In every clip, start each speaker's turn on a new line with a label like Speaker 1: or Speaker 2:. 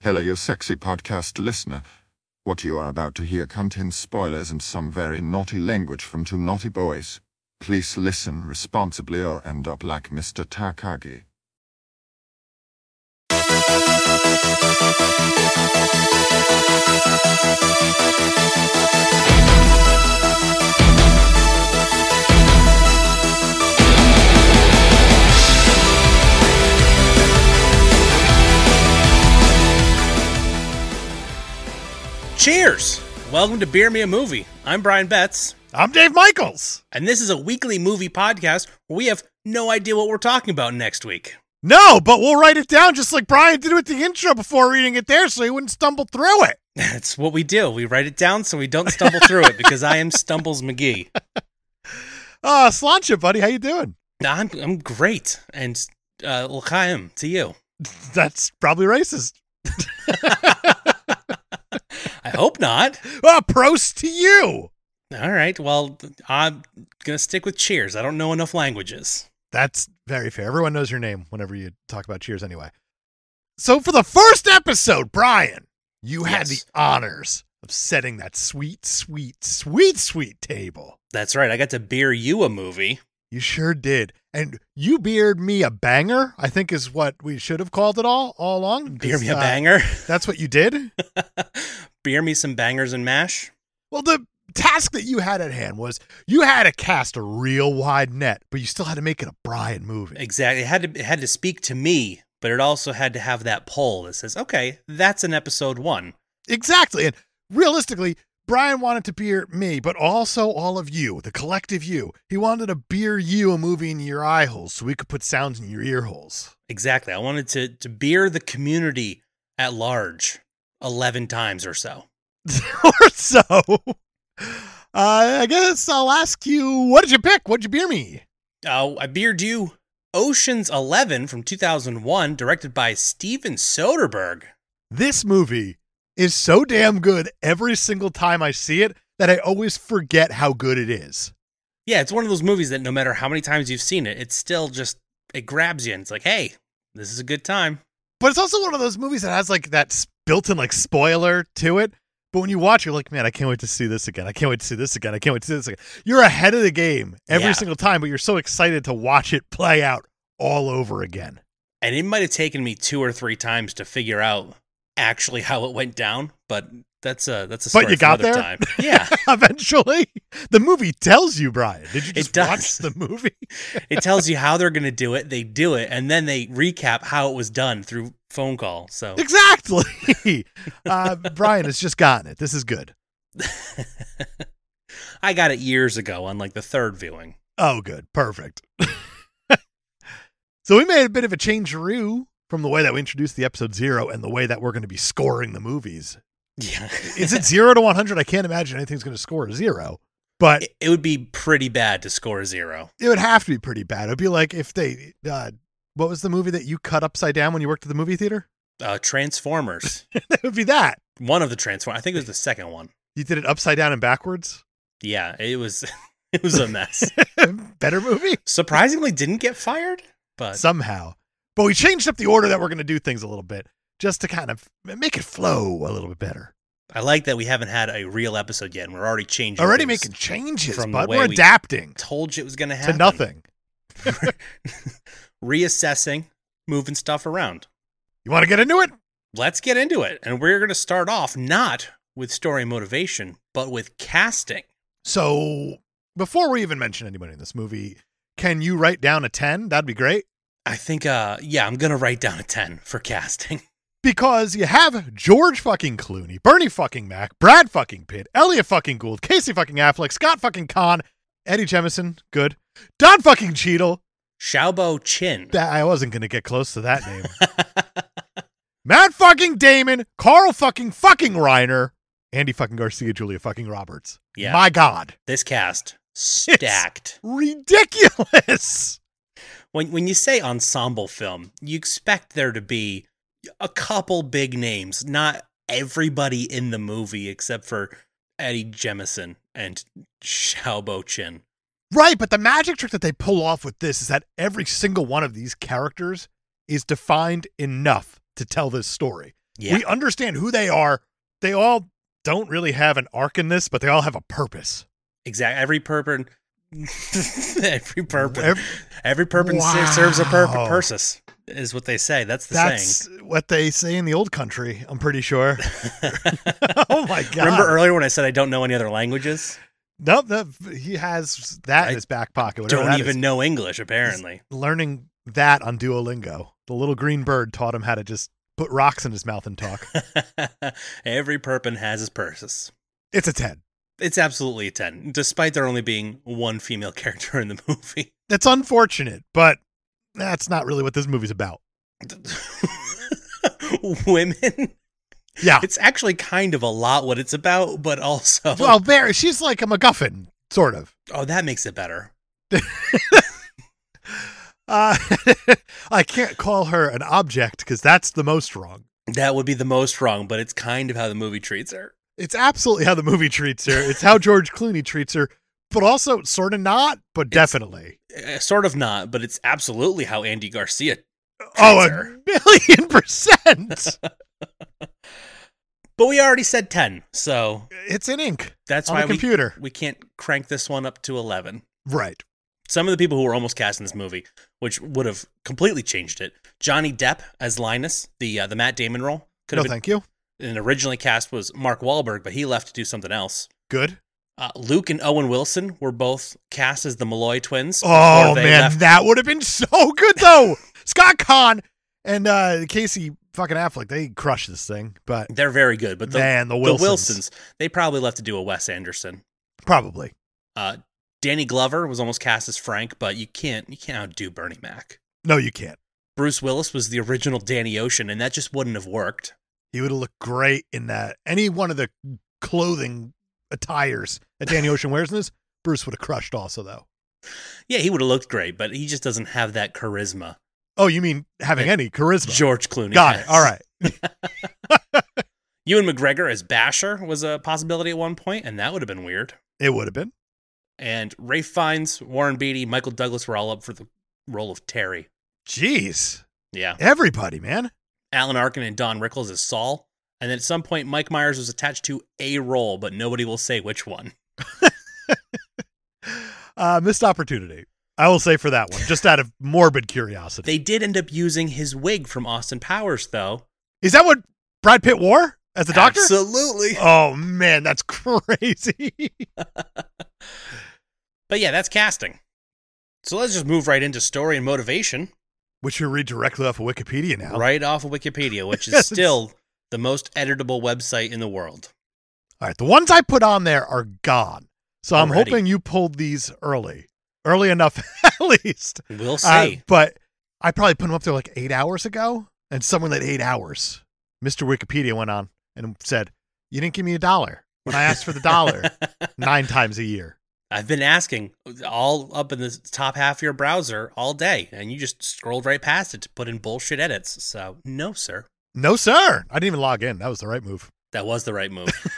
Speaker 1: Hello, you sexy podcast listener. What you are about to hear contains spoilers and some very naughty language from two naughty boys. Please listen responsibly or end up like Mr. Takagi.
Speaker 2: Cheers! Welcome to Beer Me a Movie. I'm Brian Betts,
Speaker 3: I'm Dave Michaels.
Speaker 2: and this is a weekly movie podcast where we have no idea what we're talking about next week.
Speaker 3: No, but we'll write it down just like Brian did with the intro before reading it there so he wouldn't stumble through it.
Speaker 2: That's what we do. We write it down so we don't stumble through it because I am Stumbles McGee.
Speaker 3: Uh, Slancha, buddy, how you doing?
Speaker 2: I'm, I'm great. And uh, l'chaim to you.
Speaker 3: That's probably racist.
Speaker 2: I hope not.
Speaker 3: Uh, pros to you.
Speaker 2: All right. Well, I'm going to stick with cheers. I don't know enough languages.
Speaker 3: That's very fair. Everyone knows your name whenever you talk about cheers anyway. So for the first episode, Brian, you had
Speaker 2: Yes.
Speaker 3: the honors of setting that sweet, sweet, sweet, sweet table.
Speaker 2: That's right. I got to beer you a movie.
Speaker 3: You sure did. And you beard me a banger, I think is what we should have called it all all along.
Speaker 2: Beer me a
Speaker 3: 'cause, uh,
Speaker 2: banger.
Speaker 3: That's what you did?
Speaker 2: beer me some bangers and mash.
Speaker 3: Well, the task that you had at hand was you had to cast a real wide net, but you still had to make it a Brian movie.
Speaker 2: Exactly. It had to it had to speak to me, but it also had to have that poll that says, "Okay, that's an episode 1."
Speaker 3: Exactly. And realistically, Brian wanted to beer me, but also all of you, the collective you. He wanted to beer you a movie in your eye holes so we could put sounds in your ear holes.
Speaker 2: Exactly. I wanted to to beer the community at large 11 times or so.
Speaker 3: or so. Uh, I guess I'll ask you, what did you pick? What'd you beer me?
Speaker 2: Uh, I beered you Ocean's 11 from 2001 directed by Steven Soderbergh.
Speaker 3: This movie is so damn good every single time I see it that I always forget how good it is.
Speaker 2: Yeah, it's one of those movies that no matter how many times you've seen it, it's still just it grabs you and it's like, "Hey, this is a good time."
Speaker 3: But it's also one of those movies that has like that s- built-in like spoiler to it. But when you watch, you're like, man, I can't wait to see this again. I can't wait to see this again. I can't wait to see this again. You're ahead of the game every
Speaker 2: Yeah.
Speaker 3: single time, but you're so excited to watch it play out all over again.
Speaker 2: And it might have taken me two or three times to figure out actually how it went down, but that's a that's a story
Speaker 3: But you
Speaker 2: for
Speaker 3: got
Speaker 2: another
Speaker 3: there?
Speaker 2: Time. Yeah,
Speaker 3: Eventually, the movie tells you, Brian. Did you
Speaker 2: It
Speaker 3: just
Speaker 2: does.
Speaker 3: watch the movie?
Speaker 2: it tells you how they're going to do it. They do it, and then they recap how it was done through phone call. So
Speaker 3: exactly. Uh, Brian has just gotten it. This is good.
Speaker 2: I got it years ago on like the third viewing.
Speaker 3: Oh, good. Perfect. so we made a bit of a changeroo from the way that we introduced the episode zero and the way that we're going to be scoring the movies.
Speaker 2: Yeah,
Speaker 3: Is it zero to 100? I can't imagine anything's going to score a zero, but
Speaker 2: It, it would be pretty bad to score a zero.
Speaker 3: it would have to be pretty bad. It'd be like if they, uh, what was the movie that you cut upside down when you worked at the movie theater?
Speaker 2: Uh, Transformers,
Speaker 3: it would be that.
Speaker 2: one of the Transformers. I think it was the second one.
Speaker 3: You did it upside down and backwards.
Speaker 2: Yeah, it was it was a mess.
Speaker 3: Better movie
Speaker 2: Surprisingly, didn't get fired, but
Speaker 3: somehow. But we changed up the order that we're going to do things a little bit just to kind of make it flow a little bit better.
Speaker 2: I like that we haven't had a real episode yet, and we're already changing.
Speaker 3: already
Speaker 2: things.
Speaker 3: making changes,
Speaker 2: from
Speaker 3: but
Speaker 2: the way
Speaker 3: we're
Speaker 2: we-
Speaker 3: adapting
Speaker 2: Told you it was going to
Speaker 3: to
Speaker 2: happen.
Speaker 3: nothing.
Speaker 2: Reassessing, moving stuff around.
Speaker 3: You want to get into it?
Speaker 2: Let's get into it, and we're going to start off not with story motivation, but with casting.
Speaker 3: So, before we even mention anybody in this movie, can you write down a 10? That'd be great.
Speaker 2: I think, uh, yeah, I'm going to write down a ten for casting.
Speaker 3: Because you have George fucking Clooney, Bernie fucking Mac, Brad fucking Pitt, Elliot fucking Gould, Casey fucking Affleck, Scott fucking Kahn, Eddie Jemison, good, Don fucking Cheadle.
Speaker 2: Xiaobo Chin.
Speaker 3: That, I wasn't going to get close to that name. Matt fucking Damon, Carl fucking fucking Reiner, Andy fucking Garcia, Julia fucking Roberts.
Speaker 2: Yeah.
Speaker 3: My God.
Speaker 2: this cast stacked.
Speaker 3: ridiculous.
Speaker 2: When when you say ensemble film, you expect there to be a couple big names, not everybody in the movie except for Eddie Jemison and Xiaobo Chin.
Speaker 3: Right, but the magic trick that they pull off with this is that every single one of these characters is defined enough to tell this story.
Speaker 2: Yeah.
Speaker 3: We understand who they are. They all don't really have an arc in this, but they all have a purpose.
Speaker 2: Exactly. Every purpose. every purpose.
Speaker 3: Ev-
Speaker 2: Every, purpose ser- serves a
Speaker 3: Wow.
Speaker 2: purpose. Purpose is what they say. That's the
Speaker 3: That's what they say in the old country, I'm pretty sure.
Speaker 2: saying.
Speaker 3: oh my god.
Speaker 2: Remember earlier when I said I don't know any other languages?
Speaker 3: Nope, that- he has that in
Speaker 2: I
Speaker 3: his back pocket. whatever
Speaker 2: Don't
Speaker 3: that
Speaker 2: even
Speaker 3: is.
Speaker 2: know English, apparently.
Speaker 3: learning that on Duolingo. The little green bird taught him how to just put rocks in his mouth and talk.
Speaker 2: every purpose has its purpose.
Speaker 3: it's a 10.
Speaker 2: It's absolutely a 10, despite there only being one female character in the movie.
Speaker 3: That's unfortunate, but that's not really what this movie's about.
Speaker 2: Women.
Speaker 3: Yeah.
Speaker 2: It's actually kind of a lot what it's about, but also.
Speaker 3: Well, Barry, she's like a MacGuffin, sort of.
Speaker 2: oh, that makes it better.
Speaker 3: Uh, I can't call her an object because that's the most wrong.
Speaker 2: That would be the most wrong, but it's kind of how the movie treats her.
Speaker 3: It's absolutely how the movie treats her. It's how George Clooney treats her, but also sort of not, but definitely.
Speaker 2: Eh, Sort of not, but it's absolutely how Andy Garcia. treats
Speaker 3: Oh, a
Speaker 2: her.
Speaker 3: million percent.
Speaker 2: But we already said 10, so
Speaker 3: it's in ink
Speaker 2: that's
Speaker 3: on
Speaker 2: why
Speaker 3: the
Speaker 2: we,
Speaker 3: computer.
Speaker 2: we can't crank this one up to 11.
Speaker 3: Right.
Speaker 2: Some of the people who were almost cast in this movie, which would have completely changed it. Johnny Depp as Linus, the uh, the Matt Damon role, could
Speaker 3: no,
Speaker 2: have been
Speaker 3: thank you.
Speaker 2: and originally cast was Mark Wahlberg, but he left to do something else.
Speaker 3: Good.
Speaker 2: Uh, Luke and Owen Wilson were both cast as the Malloy twins.
Speaker 3: Oh
Speaker 2: before they
Speaker 3: man,
Speaker 2: left.
Speaker 3: that would have been so good though. Scott Kahn and uh, Casey fucking Affleck, they crushed this thing. But
Speaker 2: they're very good, but the,
Speaker 3: man, the
Speaker 2: the
Speaker 3: Wilsons,
Speaker 2: Wilsons. they probably left to do a Wes Anderson.
Speaker 3: probably.
Speaker 2: Uh, Danny Glover was almost cast as Frank, but you can't you can't outdo Bernie Mac.
Speaker 3: No, you can't.
Speaker 2: Bruce Willis was the original Danny Ocean, and that just wouldn't have worked.
Speaker 3: He would have looked great in that. Any one of the clothing attires that Danny Ocean wears in this, Bruce would have crushed also though.
Speaker 2: Yeah, he would have looked great, but he just doesn't have that charisma.
Speaker 3: Oh, you mean having
Speaker 2: Yeah.
Speaker 3: any charisma?
Speaker 2: George Clooney.
Speaker 3: Got
Speaker 2: has.
Speaker 3: it. All right.
Speaker 2: Ewan McGregor as Basher was a possibility at one point, and that would have been weird.
Speaker 3: It would have been.
Speaker 2: And Ray Fiennes, Warren Beatty, Michael Douglas were all up for the role of Terry.
Speaker 3: Jeez.
Speaker 2: Yeah.
Speaker 3: Everybody, man.
Speaker 2: Alan Arkin and Don Rickles as Saul. And then at some point, Mike Myers was attached to a role, but nobody will say which one.
Speaker 3: Uh, missed opportunity. I will say for that one, just out of morbid curiosity.
Speaker 2: They did end up using his wig from Austin Powers, though.
Speaker 3: Is that what Brad Pitt wore as the doctor?
Speaker 2: Absolutely.
Speaker 3: Oh man, that's crazy.
Speaker 2: But yeah, that's casting. So let's just move right into story and motivation,
Speaker 3: Which you read directly off of Wikipedia now.
Speaker 2: right off of Wikipedia, which is
Speaker 3: Yes, it's-
Speaker 2: still the most editable website in the world.
Speaker 3: All right, the ones I put on there are gone. So I'm
Speaker 2: Already.
Speaker 3: hoping you pulled these early, early enough at least.
Speaker 2: We'll see.
Speaker 3: Uh, but I probably put them up there like eight hours ago, and someone at eight hours, Mr. Wikipedia went on and said, "You didn't give me a dollar when I asked for the dollar nine times a year."
Speaker 2: I've been asking all up in the top half of your browser all day, and you just scrolled right past it to put in bullshit edits. So, no, sir.
Speaker 3: No, sir. I didn't even log in. That was the right move.
Speaker 2: That was the right move.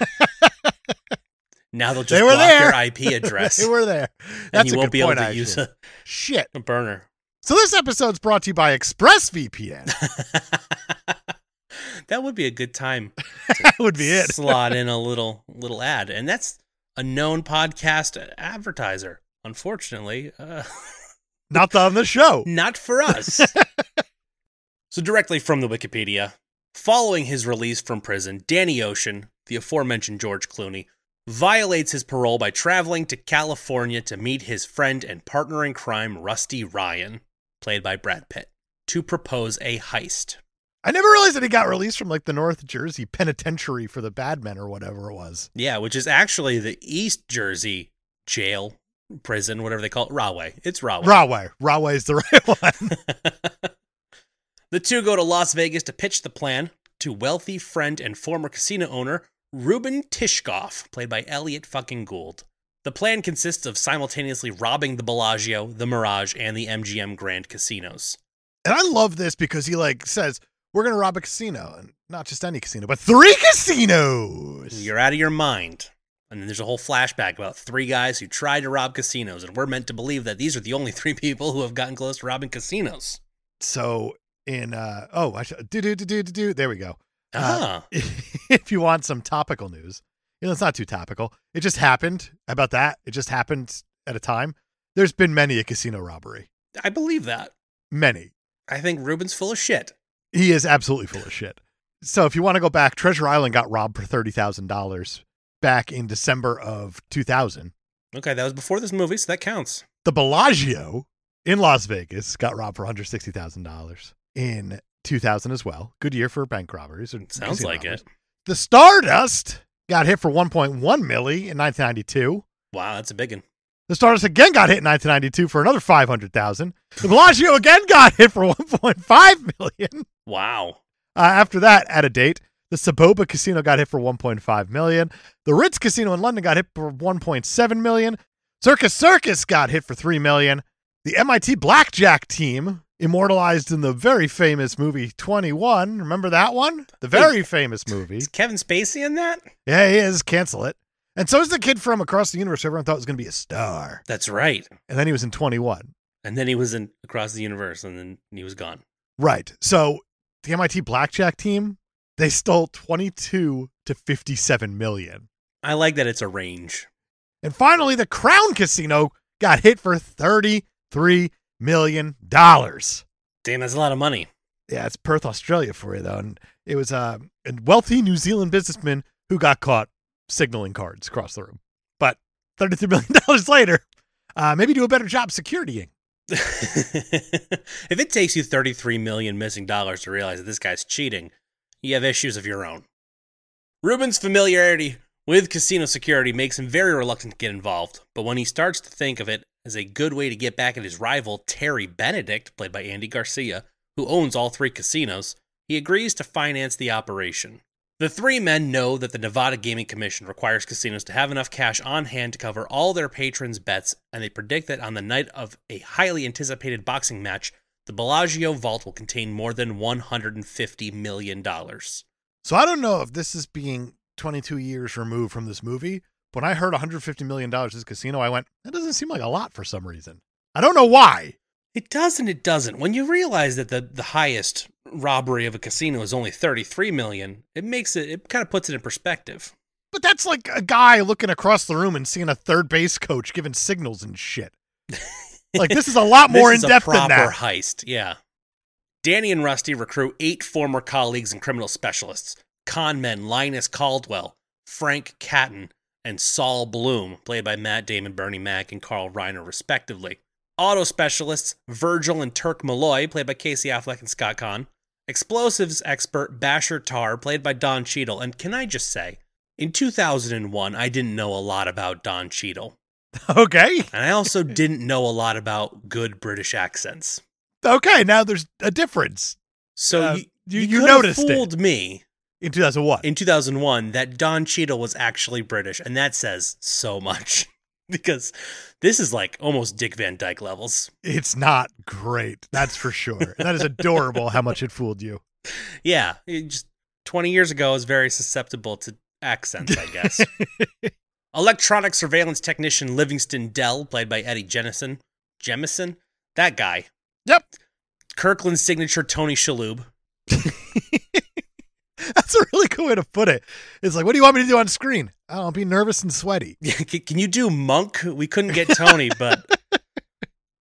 Speaker 2: now they'll just
Speaker 3: They were
Speaker 2: block
Speaker 3: there.
Speaker 2: your IP address,
Speaker 3: They were there.
Speaker 2: and
Speaker 3: That's
Speaker 2: you
Speaker 3: a
Speaker 2: won't
Speaker 3: good
Speaker 2: be
Speaker 3: point,
Speaker 2: able to
Speaker 3: actually.
Speaker 2: use a,
Speaker 3: Shit.
Speaker 2: a burner.
Speaker 3: So this episode's brought to you by ExpressVPN.
Speaker 2: that would be a good time.
Speaker 3: that would be it.
Speaker 2: Slot in a little little ad, and that's a known podcast advertiser. Unfortunately, uh,
Speaker 3: Not on the show.
Speaker 2: Not for us. so, directly from the Wikipedia, following his release from prison, Danny Ocean, the aforementioned George Clooney, violates his parole by traveling to California to meet his friend and partner in crime, Rusty Ryan, played by Brad Pitt, to propose a heist.
Speaker 3: I never realized that he got released from like the North Jersey penitentiary for the bad men or whatever it was.
Speaker 2: Yeah, which is actually the East Jersey jail, prison, whatever they call it. Rahway. It's Rahway.
Speaker 3: Rahway. Rahway is the right one.
Speaker 2: the two go to Las Vegas to pitch the plan to wealthy friend and former casino owner Ruben Tishkoff, played by Elliot fucking Gould. The plan consists of simultaneously robbing the Bellagio, the Mirage, and the MGM Grand casinos.
Speaker 3: And I love this because he like says, We're gonna rob a casino. And not just any casino, but three casinos.
Speaker 2: You're out of your mind. And then there's a whole flashback about three guys who tried to rob casinos, and we're meant to believe that these are the only three people who have gotten close to robbing casinos.
Speaker 3: so in uh oh I should do do do do do do there we go.
Speaker 2: Ah,
Speaker 3: if you want some topical news, you know, it's not too topical. It just happened. How about that? It just happened at a time. There's been many a casino robbery.
Speaker 2: I believe that.
Speaker 3: Many.
Speaker 2: I think Ruben's full of shit.
Speaker 3: He is absolutely full of shit. So if you want to go back, Treasure Island got robbed for $30,000 back in December of 2000.
Speaker 2: Okay, that was before this movie, so that counts.
Speaker 3: The Bellagio in Las Vegas got robbed for $160,000 in 2000 as well. Good year for bank robberies. Or
Speaker 2: Sounds
Speaker 3: casino
Speaker 2: like
Speaker 3: robberies.
Speaker 2: it.
Speaker 3: The Stardust got hit for 1.1 milli in 1992.
Speaker 2: Wow, that's a big one.
Speaker 3: The Stardust again got hit in 1992 for another 500,000. The Bellagio again got hit for 1.5 million.
Speaker 2: Wow.
Speaker 3: Uh, after that, at a date, the Saboba Casino got hit for 1.5 million. The Ritz Casino in London got hit for 1.7 million. Circus Circus got hit for 3 million. The MIT Blackjack team, immortalized in the very famous movie 21. Remember that one? The very famous movie.
Speaker 2: Is Kevin Spacey in that?
Speaker 3: Yeah, he is. Cancel it. And so is the kid from Across the Universe. who Everyone thought was going to be a star.
Speaker 2: That's right.
Speaker 3: And then he was in 21.
Speaker 2: And then he was in Across the Universe, and then he was gone.
Speaker 3: Right. So the MIT Blackjack team, they stole 22 to 57 million.
Speaker 2: I like that it's a range.
Speaker 3: And finally, the Crown Casino got hit for $33 million. Yeah,
Speaker 2: Damn, that's a lot of money.
Speaker 3: it's Perth, Australia for you, though. And it was uh, a wealthy New Zealand businessman who got caught signaling cards across the room. But $33 million later, uh, maybe do a better job securitying.
Speaker 2: if it takes you 33 million missing dollars to realize that this guy's cheating, you have issues of your own. Ruben's familiarity with casino security makes him very reluctant to get involved, but when he starts to think of it as a good way to get back at his rival Terry Benedict, played by Andy Garcia, who owns all three casinos, he agrees to finance the operation. The three men know that the Nevada Gaming Commission requires casinos to have enough cash on hand to cover all their patrons' bets, and they predict that on the night of a highly anticipated boxing match, the Bellagio vault will contain more than $150 million.
Speaker 3: So I don't know if this is being 22 years removed from this movie. When I heard 150 million dollars is casino, I went, that doesn't seem like a lot for some reason. I don't know why.
Speaker 2: It does and it doesn't. When you realize that the, the highest robbery of a casino is only 33 million, it makes it, it kind of puts it in perspective.
Speaker 3: But that's like a guy looking across the room and seeing a third base coach giving signals and shit. Like this is a lot
Speaker 2: This
Speaker 3: more in
Speaker 2: is a
Speaker 3: depth than
Speaker 2: proper
Speaker 3: that.
Speaker 2: heist. Yeah. Danny and Rusty recruit eight former colleagues and criminal specialists: con men Linus Caldwell, Frank Catton, and Saul Bloom, played by Matt Damon, Bernie Mac, and Carl Reiner, respectively. Auto specialists Virgil and Turk Malloy, played by Casey Affleck and Scott Kahn. Explosives expert Basher Tar, played by Don Cheadle. And can I just say, in 2001, I didn't know a lot about Don Cheadle.
Speaker 3: Okay.
Speaker 2: And I also didn't know a lot about good British accents.
Speaker 3: Okay. Now there's a difference.
Speaker 2: So
Speaker 3: Uh,
Speaker 2: you,
Speaker 3: you-
Speaker 2: you,
Speaker 3: you
Speaker 2: could have
Speaker 3: noticed it.
Speaker 2: fooled me
Speaker 3: In 2001.
Speaker 2: in 2001 that Don Cheadle was actually British, and that says so much because this is like almost Dick Van Dyke levels.
Speaker 3: it's not great. That's for sure. that is adorable how much it fooled you.
Speaker 2: Yeah, it just 20 years ago, I was very susceptible to accents, I guess. Electronic surveillance technician Livingston Dell, played by Eddie Jennison, Jemison, that guy.
Speaker 3: Yep.
Speaker 2: Kirkland's signature Tony Shalhoub.
Speaker 3: That's a really cool way to put it. It's like, what do you want me to do on screen? I don't know, be nervous and sweaty.
Speaker 2: can, can you do monk? We couldn't get Tony, but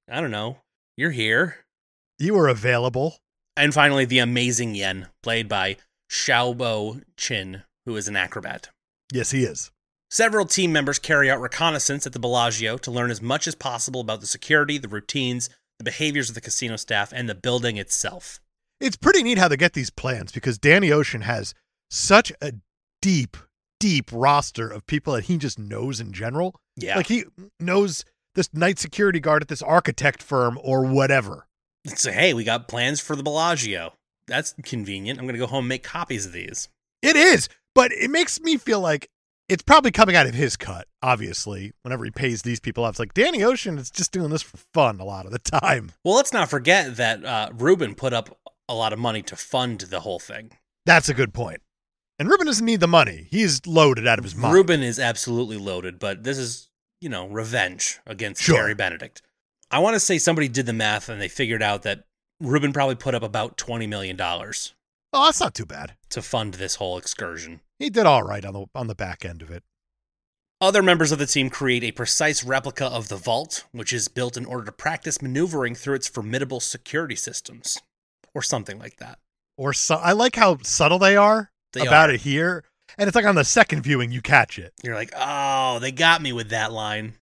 Speaker 2: I don't know. You're here.
Speaker 3: You were available.
Speaker 2: And finally, the amazing Yen, played by Xiaobo Chin, who is an acrobat.
Speaker 3: Yes, he is.
Speaker 2: Several team members carry out reconnaissance at the Bellagio to learn as much as possible about the security, the routines, the behaviors of the casino staff, and the building itself.
Speaker 3: It's pretty neat how they get these plans because Danny Ocean has such a deep, deep roster of people that he just knows in general.
Speaker 2: Yeah.
Speaker 3: Like he knows this night security guard at this architect firm or whatever.
Speaker 2: so, hey, we got plans for the Bellagio. That's convenient. I'm going to go home and make copies of these.
Speaker 3: It is, but it makes me feel like it's probably coming out of his cut, obviously, whenever he pays these people off. It's like Danny Ocean is just doing this for fun a lot of the time.
Speaker 2: Well, let's not forget that uh, Ruben put up a lot of money to fund the whole thing.
Speaker 3: That's a good point. And Ruben doesn't need the money. He's loaded out of his mind.
Speaker 2: Ruben is absolutely loaded, but this is, you know, revenge against
Speaker 3: Sure.
Speaker 2: Terry Benedict. I want to say somebody did the math and they figured out that Ruben probably put up about $20 million.
Speaker 3: Oh, that's not too bad.
Speaker 2: to fund this whole excursion.
Speaker 3: He did all right on the on the back end of it.
Speaker 2: Other members of the team create a precise replica of the vault, which is built in order to practice maneuvering through its formidable security systems, or something like that.
Speaker 3: Or so I like how subtle they are
Speaker 2: They
Speaker 3: about
Speaker 2: are.
Speaker 3: it here, and it's like on the second viewing you catch it.
Speaker 2: You're like, oh, they got me with that line.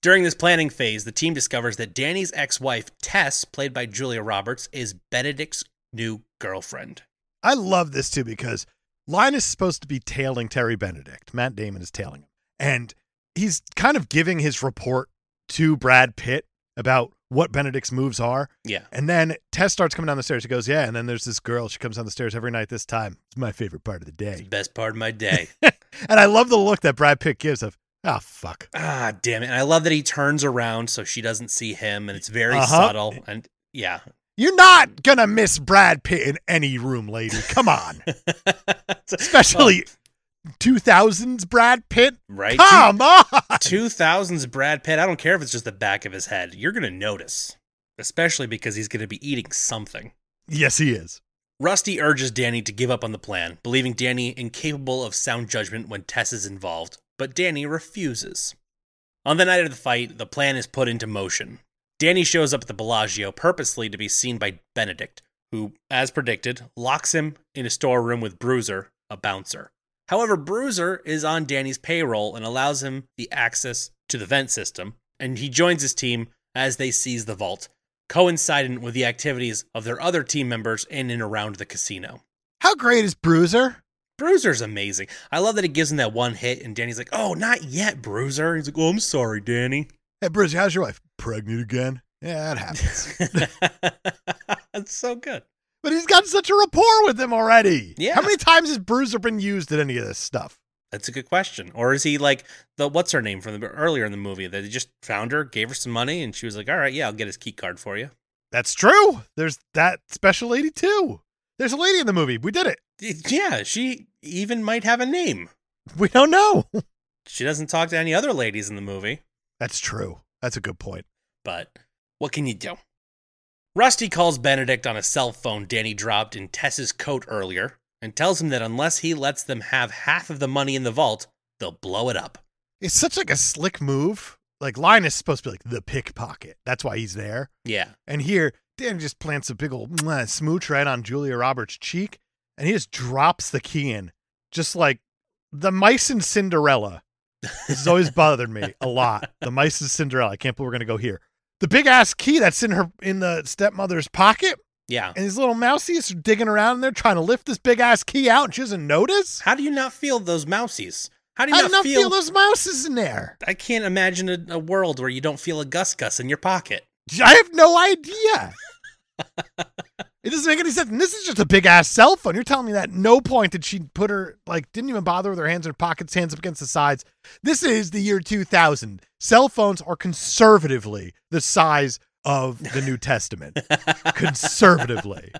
Speaker 2: During this planning phase, the team discovers that Danny's ex wife, Tess, played by Julia Roberts, is Benedict's new girlfriend.
Speaker 3: I love this too because Linus is supposed to be tailing Terry Benedict. Matt Damon is tailing him. And he's kind of giving his report to Brad Pitt about what Benedict's moves are.
Speaker 2: Yeah.
Speaker 3: And then Tess starts coming down the stairs. She goes, Yeah. And then there's this girl. She comes down the stairs every night this time. It's my favorite part of the
Speaker 2: It's the
Speaker 3: day.
Speaker 2: best part of my day.
Speaker 3: And I love the look that Brad Pitt gives of, Ah, fuck.
Speaker 2: ah, damn it. And I love that he turns around so she doesn't see him, and it's very
Speaker 3: Uh-huh.
Speaker 2: subtle. And yeah.
Speaker 3: You're not going to miss Brad Pitt in any room, lady. Come on. Especially 2000s Brad Pitt.
Speaker 2: right?
Speaker 3: Come on.
Speaker 2: 2000s Brad Pitt, I don't care if it's just the back of his head. You're going to notice, especially because he's going to be eating something.
Speaker 3: Yes, he is.
Speaker 2: Rusty urges Danny to give up on the plan, believing Danny incapable of sound judgment when Tess is involved, but Danny refuses. On the night of the fight, the plan is put into motion. Danny shows up at the Bellagio purposely to be seen by Benedict, who, as predicted, locks him in a storeroom with Bruiser, a bouncer. However, Bruiser is on Danny's payroll and allows him the access to the vent system, and he joins his team as they seize the vault, coincident with the activities of their other team members in and around the casino.
Speaker 3: How great is Bruiser?
Speaker 2: Bruiser's amazing. I love that it gives him that one hit, and Danny's like, "Oh, not yet, Bruiser." He's like, "Oh, I'm sorry, Danny."
Speaker 3: Hey, Bruiser, how's your wife? Pregnant again? Yeah, that happens.
Speaker 2: That's so good.
Speaker 3: but he's got such a rapport with him already.
Speaker 2: Yeah.
Speaker 3: How many times has Bruiser been used in any of this stuff?
Speaker 2: That's a good question. Or is he like the what's her name from the earlier in the movie that they just found her, gave her some money, and she was like, "All right, yeah, I'll get his key card for you."
Speaker 3: That's true. There's that special lady too. There's a lady in the movie. We did it.
Speaker 2: Yeah, she even might have a name.
Speaker 3: We don't know.
Speaker 2: She doesn't talk to any other ladies in the movie.
Speaker 3: That's true. That's a good point.
Speaker 2: but what can you do? Rusty calls Benedict on a cell phone Danny dropped in Tess's coat earlier and tells him that unless he lets them have half of the money in the vault, they'll blow it up.
Speaker 3: It's such like a slick move. Like Linus is supposed to be like the pickpocket. That's why he's there.
Speaker 2: Yeah.
Speaker 3: And here, Dan just plants a big old mwah, smooch right on Julia Roberts' cheek, and he just drops the key in, just like the mice in Cinderella. This has always bothered me a lot. The mice in Cinderella. I can't believe we're gonna go here. The big ass key that's in her in the stepmother's pocket,
Speaker 2: Yeah.
Speaker 3: and these little mousies are digging around in there trying to lift this big ass key out, and she doesn't notice.
Speaker 2: How do you not feel those mousies? How do you
Speaker 3: I
Speaker 2: not
Speaker 3: don't
Speaker 2: feel,
Speaker 3: feel those mouses in there.
Speaker 2: I can't imagine a, a world where you don't feel a gus gus in your pocket.
Speaker 3: I have no idea. it doesn't make any sense. And this is just a big ass cell phone. You're telling me that no point did she put her like didn't even bother with her hands in her pockets, hands up against the sides. This is the year 2000. Cell phones are conservatively the size of the New Testament. conservatively,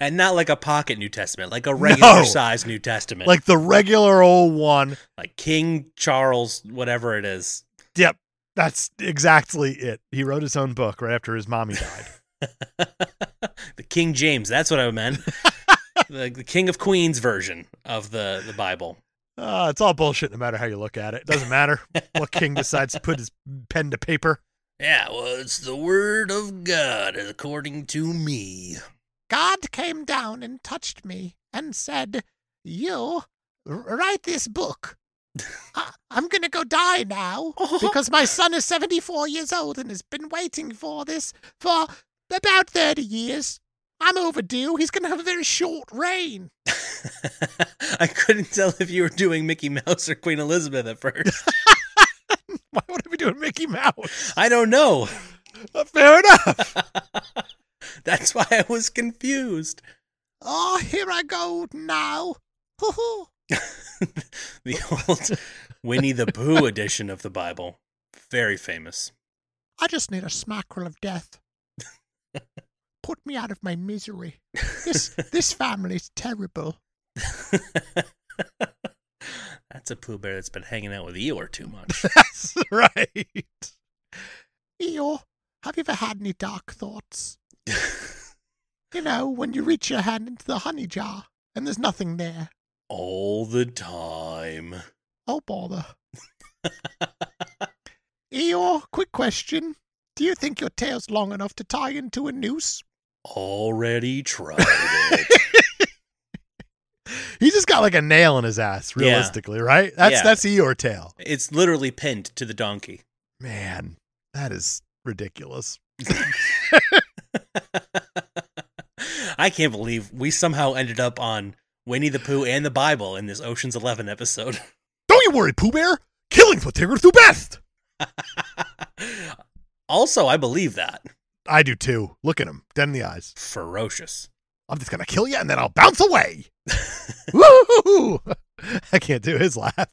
Speaker 2: and not like a pocket New Testament, like a regular
Speaker 3: No.
Speaker 2: size New Testament.
Speaker 3: like the regular old one.
Speaker 2: like King Charles, whatever it is.
Speaker 3: Yep, that's exactly it. He wrote his own book right after his mommy died.
Speaker 2: the King James. That's what I meant. the, the King of Queens version of the the Bible.
Speaker 3: Uh, it's all bullshit, no matter how you look at it. Doesn't matter what king decides to put his pen to paper.
Speaker 2: Yeah, well, it's the word of God according to me.
Speaker 3: God came down and touched me and said, You r- write this book. I- I'm going to go die now
Speaker 2: Oh.
Speaker 3: because my son is 74 years old and has been waiting for this for about 30 years. I'm overdue. He's going to have a very short reign.
Speaker 2: I couldn't tell if you were doing Mickey Mouse or Queen Elizabeth at first.
Speaker 3: Why would I be doing Mickey Mouse?
Speaker 2: I don't know.
Speaker 3: fair enough.
Speaker 2: That's why I was confused.
Speaker 3: oh, here I go now. Hoo-hoo.
Speaker 2: The old Winnie the Pooh edition of the Bible. Very famous.
Speaker 3: I just need a smackerel of death. Put me out of my misery. This this family's terrible.
Speaker 2: That's a Pooh Bear that's been hanging out with Eeyore too much.
Speaker 3: That's right. Eeyore, have you ever had any dark thoughts? You know, when you reach your hand into the honey jar and there's nothing there.
Speaker 2: All the time.
Speaker 3: Oh, bother. Eeyore, quick question. Do you think your tail's long enough to tie into a noose?
Speaker 2: Already tried it.
Speaker 3: He just got like a nail in his ass,
Speaker 2: Yeah.
Speaker 3: realistically, right? That's
Speaker 2: Yeah.
Speaker 3: that's Eeyore tail.
Speaker 2: it's literally pinned to the donkey.
Speaker 3: Man, that is ridiculous.
Speaker 2: I can't believe we somehow ended up on Winnie the Pooh and the Bible in this Ocean's Eleven episode.
Speaker 3: Don't you worry, Pooh Bear. Killing's what tigers do best.
Speaker 2: also, I believe that.
Speaker 3: I do too. Look at him, dead in the eyes.
Speaker 2: Ferocious.
Speaker 3: I'm just gonna kill you and then I'll bounce away. Woo! I can't do his laugh.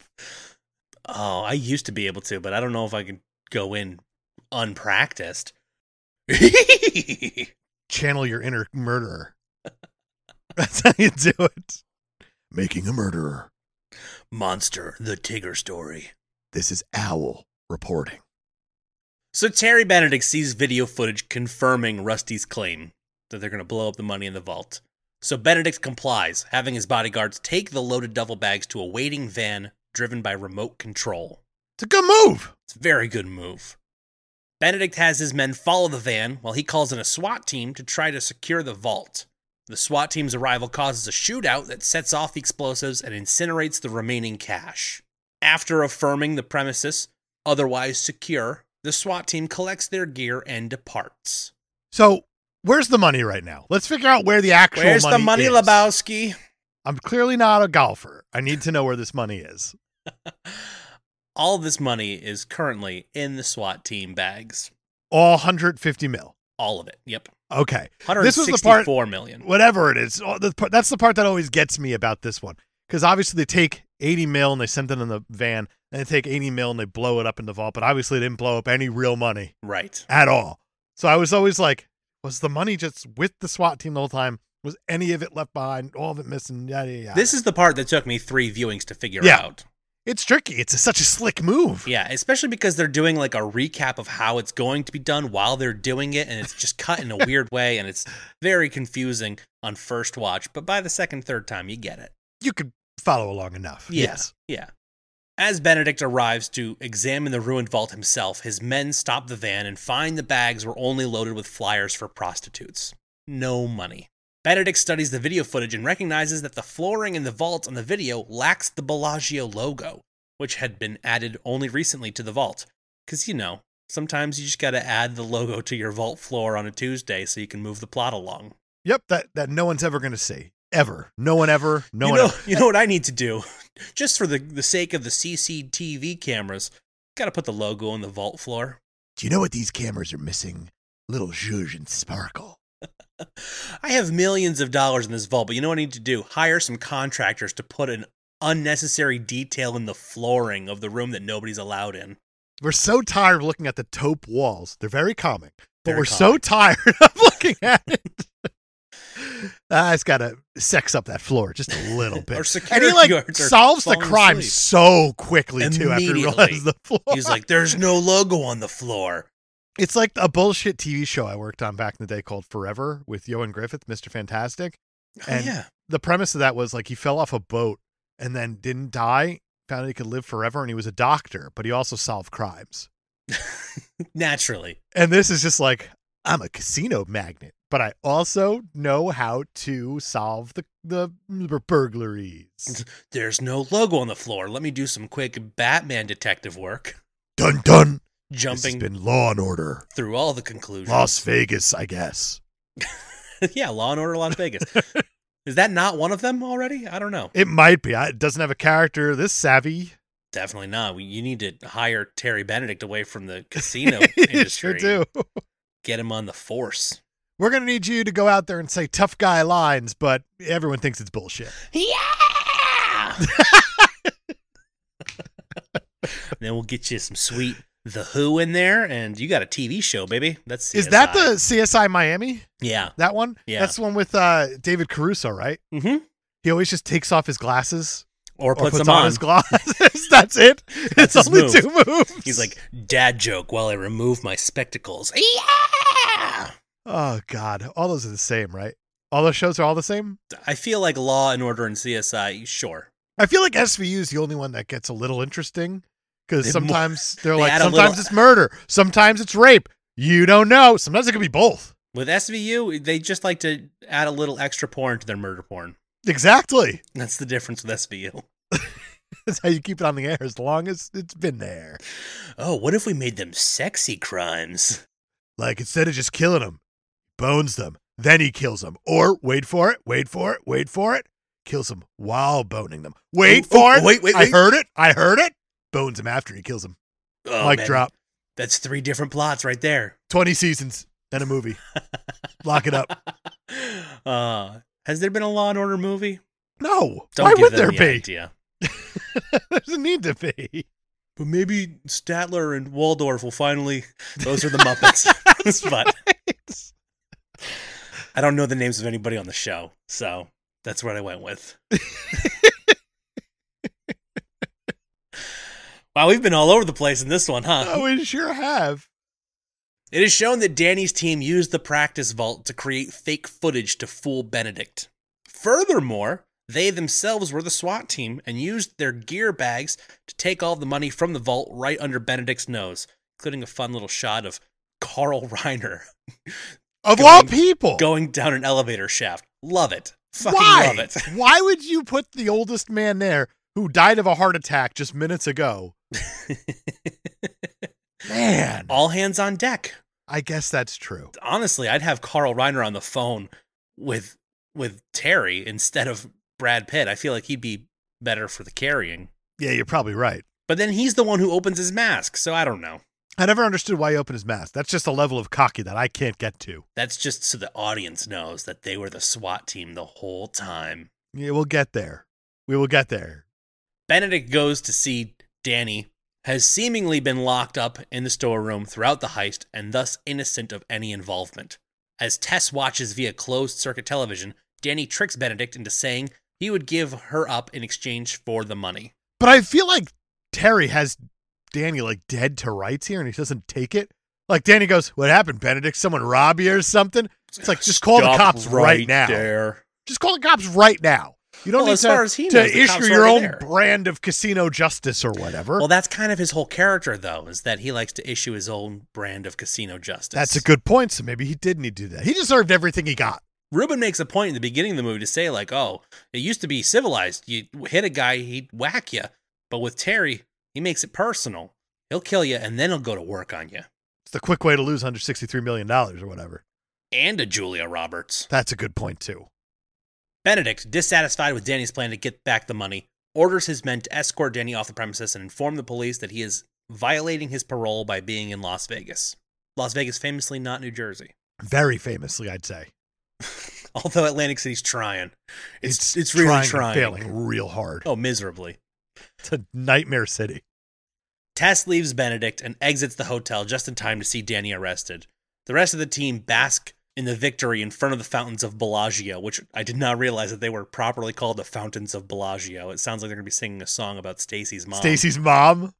Speaker 2: Oh, I used to be able to, but I don't know if I can go in unpracticed. That's
Speaker 3: Channel your inner murderer. That's how you do it. Making a murderer.
Speaker 2: Monster, the Tigger story.
Speaker 3: This is Owl reporting.
Speaker 2: So Terry Benedict sees video footage confirming Rusty's claim that they're going to blow up the money in the vault. So Benedict complies, having his bodyguards take the loaded duffel bags to a waiting van driven by remote control.
Speaker 3: It's a good move.
Speaker 2: It's a very good move. Benedict has his men follow the van while he calls in a SWAT team to try to secure the vault. The SWAT team's arrival causes a shootout that sets off the explosives and incinerates the remaining cash. After affirming the premises otherwise secure, the SWAT team collects their gear and departs.
Speaker 3: So, where's the money right now? Let's figure out where the actual
Speaker 2: Where's the money,
Speaker 3: is.
Speaker 2: Lebowski?
Speaker 3: I'm clearly not a golfer. I need to know where this money is.
Speaker 2: All this money is currently in the SWAT team bags.
Speaker 3: All 150 mil.
Speaker 2: All of it. Yep.
Speaker 3: Okay. This was the part-
Speaker 2: 164 million.
Speaker 3: Whatever it is. all the part- That's the part that always gets me about this one. Because obviously they take 80 mil and they send it in the van. And they take 80 mil and they blow it up in the vault. But obviously they didn't blow up any real money
Speaker 2: Right.
Speaker 3: at all. So I was always like, was the money just with the SWAT team the whole time? Was any of it left behind? All of it missing? Yada, yada, yada.
Speaker 2: This is the part that took me three viewings to figure
Speaker 3: Yeah.
Speaker 2: out.
Speaker 3: It's tricky. It's such a slick move.
Speaker 2: Yeah, especially because they're doing like a recap of how it's going to be done while they're doing it, and it's just cut in a weird way, and it's very confusing on first watch. But by the second, third time, you get it.
Speaker 3: You could follow along enough.
Speaker 2: Yeah.
Speaker 3: Yes.
Speaker 2: Yeah. As Benedict arrives to examine the ruined vault himself, his men stop the van and find the bags were only loaded with flyers for prostitutes. No money. Benedict studies the video footage and recognizes that the flooring in the vault on the video lacks the Bellagio logo, which had been added only recently to the vault. Because, you know, sometimes you just gotta add the logo to your vault floor on a Tuesday so you can move the plot along.
Speaker 3: Yep. That that no one's ever going to see ever. No one ever. No
Speaker 2: you
Speaker 3: one.
Speaker 2: know,
Speaker 3: ever.
Speaker 2: you know what I need to do, just for the the sake of the CCTV cameras. Got to put the logo on the vault floor.
Speaker 3: Do you know what these cameras are missing? Little zhuzh and sparkle.
Speaker 2: I have millions of dollars in this vault, but you know what I need to do? Hire some contractors to put an unnecessary detail in the flooring of the room that nobody's allowed in.
Speaker 3: We're so tired of looking at the taupe walls. They're very comic, but
Speaker 2: Very
Speaker 3: we're so tired of looking at it. I just gotta sex up that floor just a little bit.
Speaker 2: Or
Speaker 3: and
Speaker 2: security
Speaker 3: he like
Speaker 2: guards are
Speaker 3: solves the
Speaker 2: falling
Speaker 3: crime
Speaker 2: asleep.
Speaker 3: so quickly too after he
Speaker 2: Immediately.
Speaker 3: realizes the floor.
Speaker 2: He's like, "There's no logo on the floor."
Speaker 3: It's like a bullshit TV show I worked on back in the day called Forever with Yoan Griffith, Mr. Fantastic.
Speaker 2: Oh,
Speaker 3: And-
Speaker 2: yeah,
Speaker 3: The premise of that was like he fell off a boat and then didn't die, found he could live forever, and he was a doctor, but he also solved crimes.
Speaker 2: naturally.
Speaker 3: And this is just like, I'm a casino magnet, but I also know how to solve the, the burglaries.
Speaker 2: There's no logo on the floor. Let me do some quick Batman detective work,
Speaker 3: Dun dun.
Speaker 2: jumping
Speaker 3: This has been Law and Order.
Speaker 2: through all the conclusions.
Speaker 3: Las Vegas, I guess.
Speaker 2: yeah, Law and Order Las Vegas. Is that not one of them already? I don't know.
Speaker 3: It might be. I- It doesn't have a character this savvy.
Speaker 2: Definitely not. We- You need to hire Terry Benedict away from the casino
Speaker 3: It
Speaker 2: industry.
Speaker 3: sure do.
Speaker 2: Get him on the force.
Speaker 3: We're going to need you to go out there and say tough guy lines, but everyone thinks it's bullshit.
Speaker 2: Yeah. then we'll get you some sweet The Who in there, and you got a TV show, baby. That's
Speaker 3: Is that
Speaker 2: CSI.
Speaker 3: the CSI Miami?
Speaker 2: yeah?
Speaker 3: That one?
Speaker 2: Yeah.
Speaker 3: That's the one with uh, David Caruso, right?
Speaker 2: Mm-hmm.
Speaker 3: He always just takes off his glasses
Speaker 2: Or
Speaker 3: or
Speaker 2: puts,
Speaker 3: puts
Speaker 2: him
Speaker 3: on,
Speaker 2: on.
Speaker 3: his glasses. That's it.
Speaker 2: That's
Speaker 3: it's
Speaker 2: his
Speaker 3: only
Speaker 2: move.
Speaker 3: two moves.
Speaker 2: He's like dad joke while I remove my spectacles. Yeah.
Speaker 3: oh God, all those are the same, right? All those shows are all the same.
Speaker 2: I feel like Law and Order and CSI, sure.
Speaker 3: I feel like SVU is the only one that gets a little interesting because
Speaker 2: They mo-
Speaker 3: sometimes they're
Speaker 2: they
Speaker 3: like,
Speaker 2: add a
Speaker 3: sometimes
Speaker 2: little-
Speaker 3: it's murder, sometimes it's rape. You don't know. Sometimes it could be both.
Speaker 2: With SVU, they just like to add a little extra porn to their murder porn.
Speaker 3: Exactly.
Speaker 2: That's the difference with SVU.
Speaker 3: That's how you keep it on the air as long as it's been there.
Speaker 2: Oh, what if we made them sexy crimes?
Speaker 3: Like instead of just killing them, bones them, then he kills them. Or wait for it, wait for it, wait for it, kills them while boning them. Wait
Speaker 2: Oh,
Speaker 3: for
Speaker 2: oh,
Speaker 3: it.
Speaker 2: wait, wait,
Speaker 3: I
Speaker 2: wait.
Speaker 3: heard it. I heard it. Bones him after he kills him.
Speaker 2: Oh,
Speaker 3: Mic
Speaker 2: man,
Speaker 3: drop.
Speaker 2: That's three different plots right there.
Speaker 3: Twenty seasons and a movie. Lock it up.
Speaker 2: uh, has there been a Law and Order movie?
Speaker 3: No.
Speaker 2: Don't
Speaker 3: Why
Speaker 2: give
Speaker 3: would
Speaker 2: them
Speaker 3: there
Speaker 2: the
Speaker 3: be?
Speaker 2: idea.
Speaker 3: There's a need to be.
Speaker 2: But maybe Statler and Waldorf will finally. Those are the Muppets. but
Speaker 3: Right.
Speaker 2: I don't know the names of anybody on the show, so that's what I went with. wow, we've been all over the place in this one, huh?
Speaker 3: Oh, we sure have.
Speaker 2: It is shown that Danny's team used the practice vault to create fake footage to fool Benedict. Furthermore, they themselves were the SWAT team and used their gear bags to take all the money from the vault right under Benedict's nose, including a fun little shot of Carl Reiner
Speaker 3: Of
Speaker 2: Going-
Speaker 3: all people.
Speaker 2: going down an elevator shaft. Love it. Fucking
Speaker 3: Why?
Speaker 2: love it.
Speaker 3: Why would you put the oldest man there who died of a heart attack just minutes ago? Man,
Speaker 2: All hands on deck.
Speaker 3: I guess that's true.
Speaker 2: Honestly, I'd have Carl Reiner on the phone with with Terry instead of Brad Pitt. I feel like he'd be better for the carrying.
Speaker 3: Yeah, you're probably right.
Speaker 2: But then he's the one who opens his mask, so I don't know.
Speaker 3: I never understood why he opened his mask. That's just a level of cocky that I can't get to.
Speaker 2: That's just so the audience knows that they were the SWAT team the whole time.
Speaker 3: Yeah, we'll get there. We will get there.
Speaker 2: Benedict goes to see Danny, has seemingly been locked up in the storeroom throughout the heist and thus innocent of any involvement. As Tess watches via closed circuit television, Danny tricks Benedict into saying he would give her up in exchange for the money.
Speaker 3: But I feel like Terry has Danny like dead to rights here and he doesn't take it. Like Danny goes, What happened, Benedict? Someone rob you or something? It's like, just call the
Speaker 2: Stop
Speaker 3: cops right, now.
Speaker 2: There.
Speaker 3: Just call the cops right now. You don't
Speaker 2: Well,
Speaker 3: need
Speaker 2: as
Speaker 3: to,
Speaker 2: far as he
Speaker 3: to
Speaker 2: knows, the cops
Speaker 3: issue
Speaker 2: are
Speaker 3: your own
Speaker 2: already there.
Speaker 3: brand of casino justice or whatever.
Speaker 2: Well, that's kind of his whole character, though, is that he likes to issue his own brand of casino justice.
Speaker 3: that's a good point. So maybe he did need to do that. He deserved everything he got.
Speaker 2: Ruben makes a point in the beginning of the movie to say, like, oh, it used to be civilized. You hit a guy, he'd whack you. But with Terry, he makes it personal. He'll kill you and then he'll go to work on you.
Speaker 3: It's the quick way to lose under $63 million or whatever.
Speaker 2: And a Julia Roberts.
Speaker 3: That's a good point, too.
Speaker 2: Benedict, dissatisfied with Danny's plan to get back the money, orders his men to escort Danny off the premises and inform the police that he is violating his parole by being in Las Vegas. Las Vegas, famously not New Jersey.
Speaker 3: Very famously, I'd say.
Speaker 2: Although Atlantic City's trying. It's, it's, really
Speaker 3: trying, and
Speaker 2: trying.
Speaker 3: failing real hard.
Speaker 2: Oh, miserably.
Speaker 3: It's a nightmare city.
Speaker 2: Tess leaves Benedict and exits the hotel just in time to see Danny arrested. The rest of the team bask in the victory in front of the fountains of Bellagio, which I did not realize that they were properly called the Fountains of Bellagio. It sounds like they're going to be singing a song about Stacy's mom.
Speaker 3: Stacy's mom.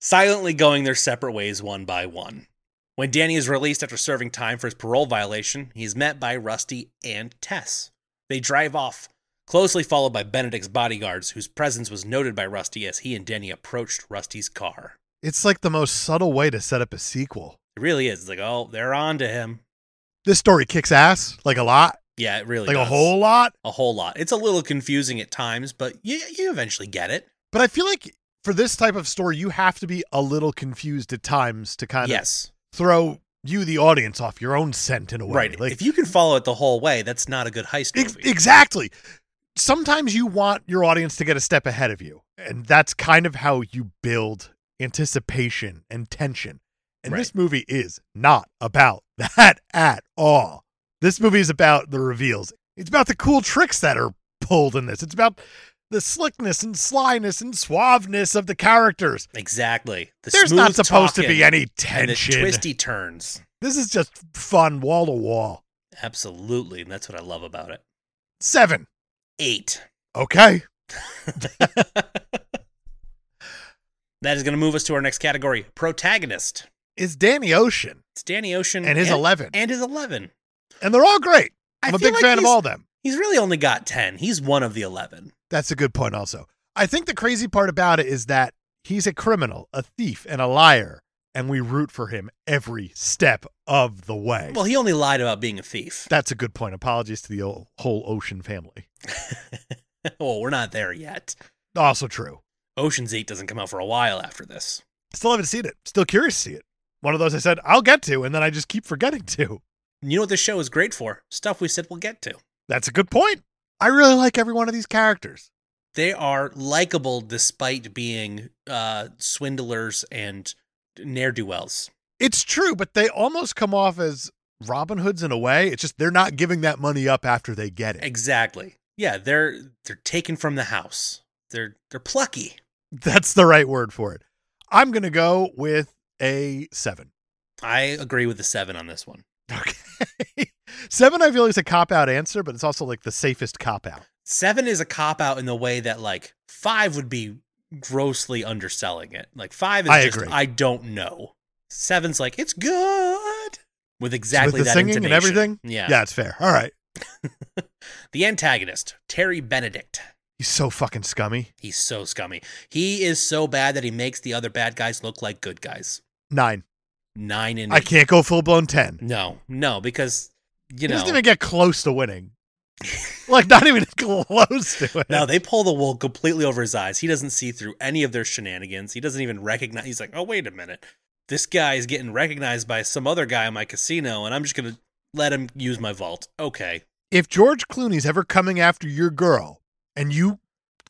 Speaker 2: Silently going their separate ways one by one. When Danny is released after serving time for his parole violation, he is met by Rusty and Tess. They drive off, closely followed by Benedict's bodyguards, whose presence was noted by Rusty as he and Danny approached Rusty's car.
Speaker 3: It's like the most subtle way to set up a sequel.
Speaker 2: It really is. It's like, oh, they're on to him.
Speaker 3: This story kicks ass, like a lot,
Speaker 2: Yeah, it really
Speaker 3: like a
Speaker 2: does.
Speaker 3: whole lot.
Speaker 2: a whole lot. It's a little confusing at times, but you you eventually get it.
Speaker 3: But I feel like for this type of story, you have to be a little confused at times to kind of
Speaker 2: yes,
Speaker 3: throw you, the audience, off your own scent in a way.
Speaker 2: right.
Speaker 3: Like,
Speaker 2: if you can follow it the whole way, that's not a good heist
Speaker 3: ex-
Speaker 2: movie.
Speaker 3: exactly. Sometimes you want your audience to get a step ahead of you, and that's kind of how you build anticipation and tension. And this movie is not about that at all. This movie is about the reveals. It's about the cool tricks that are pulled in this. It's about the slickness and slyness and suaveness of the characters.
Speaker 2: exactly. The
Speaker 3: There's not
Speaker 2: smooth
Speaker 3: supposed to
Speaker 2: talking
Speaker 3: be any
Speaker 2: and the
Speaker 3: tension.
Speaker 2: twisty turns.
Speaker 3: This is just fun wall to wall.
Speaker 2: Absolutely, and that's what I love about it.
Speaker 3: Seven.
Speaker 2: Eight.
Speaker 3: Okay.
Speaker 2: That is going to move us to our next category: protagonist.
Speaker 3: Is Danny Ocean
Speaker 2: It's Danny Ocean
Speaker 3: and his 11.
Speaker 2: and his eleven.
Speaker 3: and they're all great.
Speaker 2: I
Speaker 3: I'm a
Speaker 2: feel
Speaker 3: big
Speaker 2: like
Speaker 3: fan of
Speaker 2: he's-
Speaker 3: all of them.
Speaker 2: He's really only got 10. He's one of the 11.
Speaker 3: That's a good point, also. I think the crazy part about it is that he's a criminal, a thief, and a liar, and we root for him every step of the way.
Speaker 2: Well, he only lied about being a thief.
Speaker 3: That's a good point. Apologies to the o- whole Ocean family.
Speaker 2: well, we're not there yet.
Speaker 3: Also true.
Speaker 2: Ocean's 8 doesn't come out for a while after this.
Speaker 3: Still haven't seen it. Still curious to see it. One of those I said, I'll get to, and then I just keep forgetting to.
Speaker 2: You know what this show is great for? Stuff we said we'll get to.
Speaker 3: That's a good point. I really like every one of these characters.
Speaker 2: They are likable despite being uh, swindlers and ne'er do wells.
Speaker 3: It's true, but they almost come off as Robin Hoods in a way. It's just they're not giving that money up after they get it.
Speaker 2: Exactly. Yeah, they're they're taken from the house. They're they're plucky.
Speaker 3: That's the right word for it. I'm going to go with a seven.
Speaker 2: I agree with the seven on this one.
Speaker 3: Okay. seven, I feel, is a cop out answer, but it's also like the safest cop out.
Speaker 2: Seven is a cop out in the way that like five would be grossly underselling it. Like five is
Speaker 3: I
Speaker 2: just
Speaker 3: agree.
Speaker 2: I don't know. Seven's like it's good with exactly
Speaker 3: the
Speaker 2: that
Speaker 3: singing and
Speaker 2: intonation.
Speaker 3: everything?
Speaker 2: Yeah.
Speaker 3: Yeah, it's fair. All right.
Speaker 2: The antagonist Terry Benedict.
Speaker 3: He's so fucking scummy.
Speaker 2: He's so scummy. He is so bad that he makes the other bad guys look like good guys.
Speaker 3: Nine.
Speaker 2: Nine in
Speaker 3: I can't go full blown 10.
Speaker 2: no, no, because you
Speaker 3: he
Speaker 2: know
Speaker 3: doesn't even get close to winning. like, not even close to it.
Speaker 2: No, they pull the wool completely over his eyes. He doesn't see through any of their shenanigans. He doesn't even recognize. He's like, oh, wait a minute. This guy is getting recognized by some other guy in my casino, and I'm just going to let him use my vault. Okay.
Speaker 3: if George Clooney's ever coming after your girl and you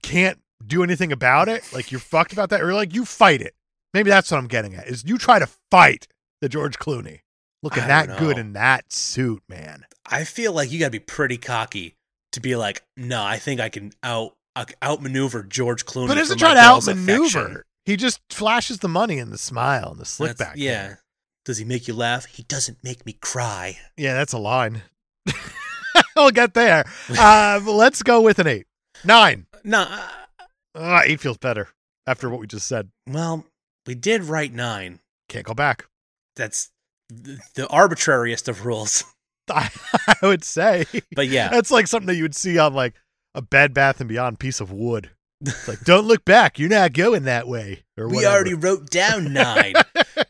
Speaker 3: can't do anything about it, like you're fucked about that, or like you fight it. Maybe that's what I'm getting at is you try to fight the George Clooney looking
Speaker 2: I
Speaker 3: that
Speaker 2: don't
Speaker 3: good
Speaker 2: know.
Speaker 3: in that suit, man.
Speaker 2: I feel like you got to be pretty cocky to be like, no, I think I can out I can outmaneuver George Clooney.
Speaker 3: but
Speaker 2: for
Speaker 3: isn't
Speaker 2: my
Speaker 3: trying to
Speaker 2: girl's
Speaker 3: outmaneuver.
Speaker 2: affection."
Speaker 3: He just flashes the money and the smile and the slick
Speaker 2: That's-
Speaker 3: back.
Speaker 2: Yeah.
Speaker 3: hand.
Speaker 2: Does he make you laugh? He doesn't make me cry.
Speaker 3: Yeah, that's a line. we'll get there. Uh, but let's go with an eight. Nine.
Speaker 2: No. I-
Speaker 3: Ugh, eight feels better after what we just said.
Speaker 2: well, we did write nine.
Speaker 3: Can't go back.
Speaker 2: That's the, the arbitrariest of rules.
Speaker 3: I, I would say.
Speaker 2: But yeah.
Speaker 3: That's like something that you would see on like a Bed Bath and Beyond piece of wood. It's like, don't look back. You're not going that way. Or
Speaker 2: We
Speaker 3: whatever.
Speaker 2: already wrote down nine.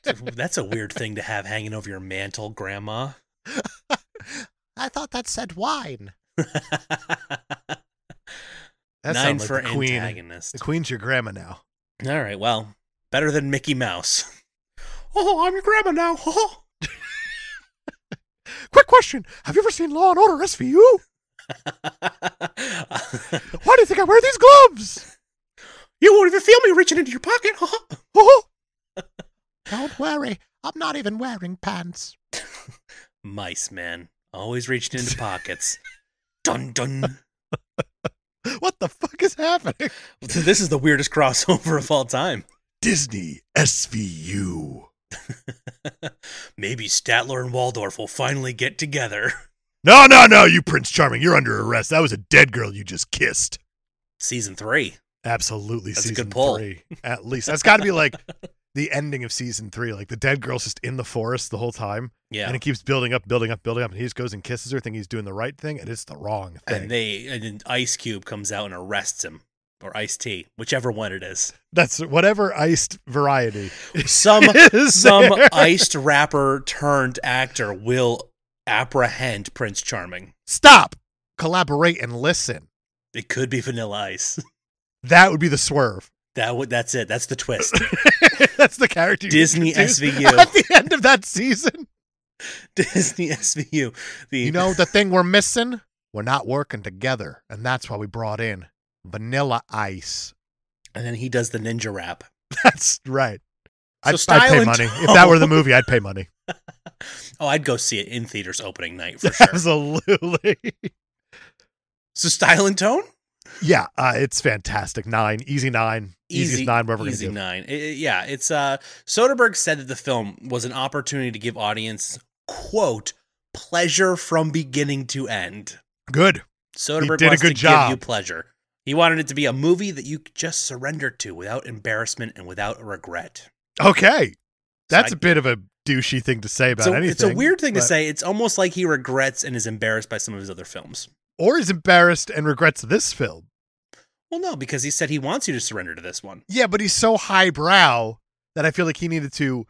Speaker 2: That's a weird thing to have hanging over your mantle, Grandma.
Speaker 3: I thought that said wine. That
Speaker 2: nine
Speaker 3: sounds like
Speaker 2: for
Speaker 3: the queen.
Speaker 2: antagonist.
Speaker 3: The queen's your grandma now.
Speaker 2: All right, well, better than Mickey Mouse. Oh, I'm your grandma now.
Speaker 3: Quick question: Have you ever seen Law and Order SVU? Why do you think I wear these gloves?
Speaker 2: you won't even feel me reaching into your pocket.
Speaker 3: Oh. Don't worry, I'm not even wearing pants.
Speaker 2: Mice, man, always reaching into pockets. Dun dun.
Speaker 3: What the fuck is happening?
Speaker 2: This is the weirdest crossover of all time.
Speaker 3: Disney SVU.
Speaker 2: Maybe Statler and Waldorf will finally get together.
Speaker 3: No, no, no, you Prince Charming, you're under arrest. That was a dead girl you just kissed.
Speaker 2: Season three.
Speaker 3: Absolutely,
Speaker 2: That's a good
Speaker 3: season
Speaker 2: pull.
Speaker 3: three. At least that's got to be like the ending of season three. Like the dead girl's just in the forest the whole time,
Speaker 2: Yeah.
Speaker 3: and it keeps building up, building up, building up, and he just goes and kisses her, thinking he's doing the right thing, and it's the wrong thing.
Speaker 2: and they and then Ice Cube comes out and arrests him or Ice T, whichever one it is.
Speaker 3: that's whatever iced variety.
Speaker 2: Some
Speaker 3: is
Speaker 2: some
Speaker 3: there.
Speaker 2: iced rapper turned actor will apprehend Prince Charming.
Speaker 3: Stop, collaborate, and listen.
Speaker 2: It could be Vanilla Ice.
Speaker 3: That would be the swerve.
Speaker 2: That would that's it. That's the twist.
Speaker 3: that's the character you
Speaker 2: Disney
Speaker 3: introduce
Speaker 2: SVU.
Speaker 3: at the end of that season.
Speaker 2: Disney SVU. The
Speaker 3: You know the thing we're missing? We're not working together, and that's why we brought in Vanilla Ice.
Speaker 2: and then he does the ninja rap.
Speaker 3: That's right. I'd,
Speaker 2: So
Speaker 3: I'd
Speaker 2: style
Speaker 3: pay
Speaker 2: and
Speaker 3: money. If
Speaker 2: tone.
Speaker 3: that were the movie, I'd pay money.
Speaker 2: Oh, I'd go see it in theaters opening night for sure.
Speaker 3: Absolutely.
Speaker 2: So style and tone?
Speaker 3: Yeah, uh, it's fantastic. Nine, easy nine, easiest nine we're ever going to
Speaker 2: easy
Speaker 3: do.
Speaker 2: nine. I- I- yeah, it's uh Soderbergh said that the film was an opportunity to give audience quote pleasure from beginning to end.
Speaker 3: Good.
Speaker 2: Soderbergh
Speaker 3: did a
Speaker 2: wants
Speaker 3: good
Speaker 2: to
Speaker 3: job.
Speaker 2: give you pleasure. He wanted it to be a movie that you could just surrender to without embarrassment and without regret.
Speaker 3: Okay, that's
Speaker 2: I-
Speaker 3: a bit of a douchey thing to say about
Speaker 2: so
Speaker 3: anything.
Speaker 2: it's a weird thing to
Speaker 3: but-
Speaker 2: say. It's almost like he regrets and is embarrassed by some of his other films.
Speaker 3: Or he's embarrassed and regrets this film.
Speaker 2: Well, no, because he said he wants you to surrender to this one.
Speaker 3: Yeah, but he's so highbrow that I feel like he needed to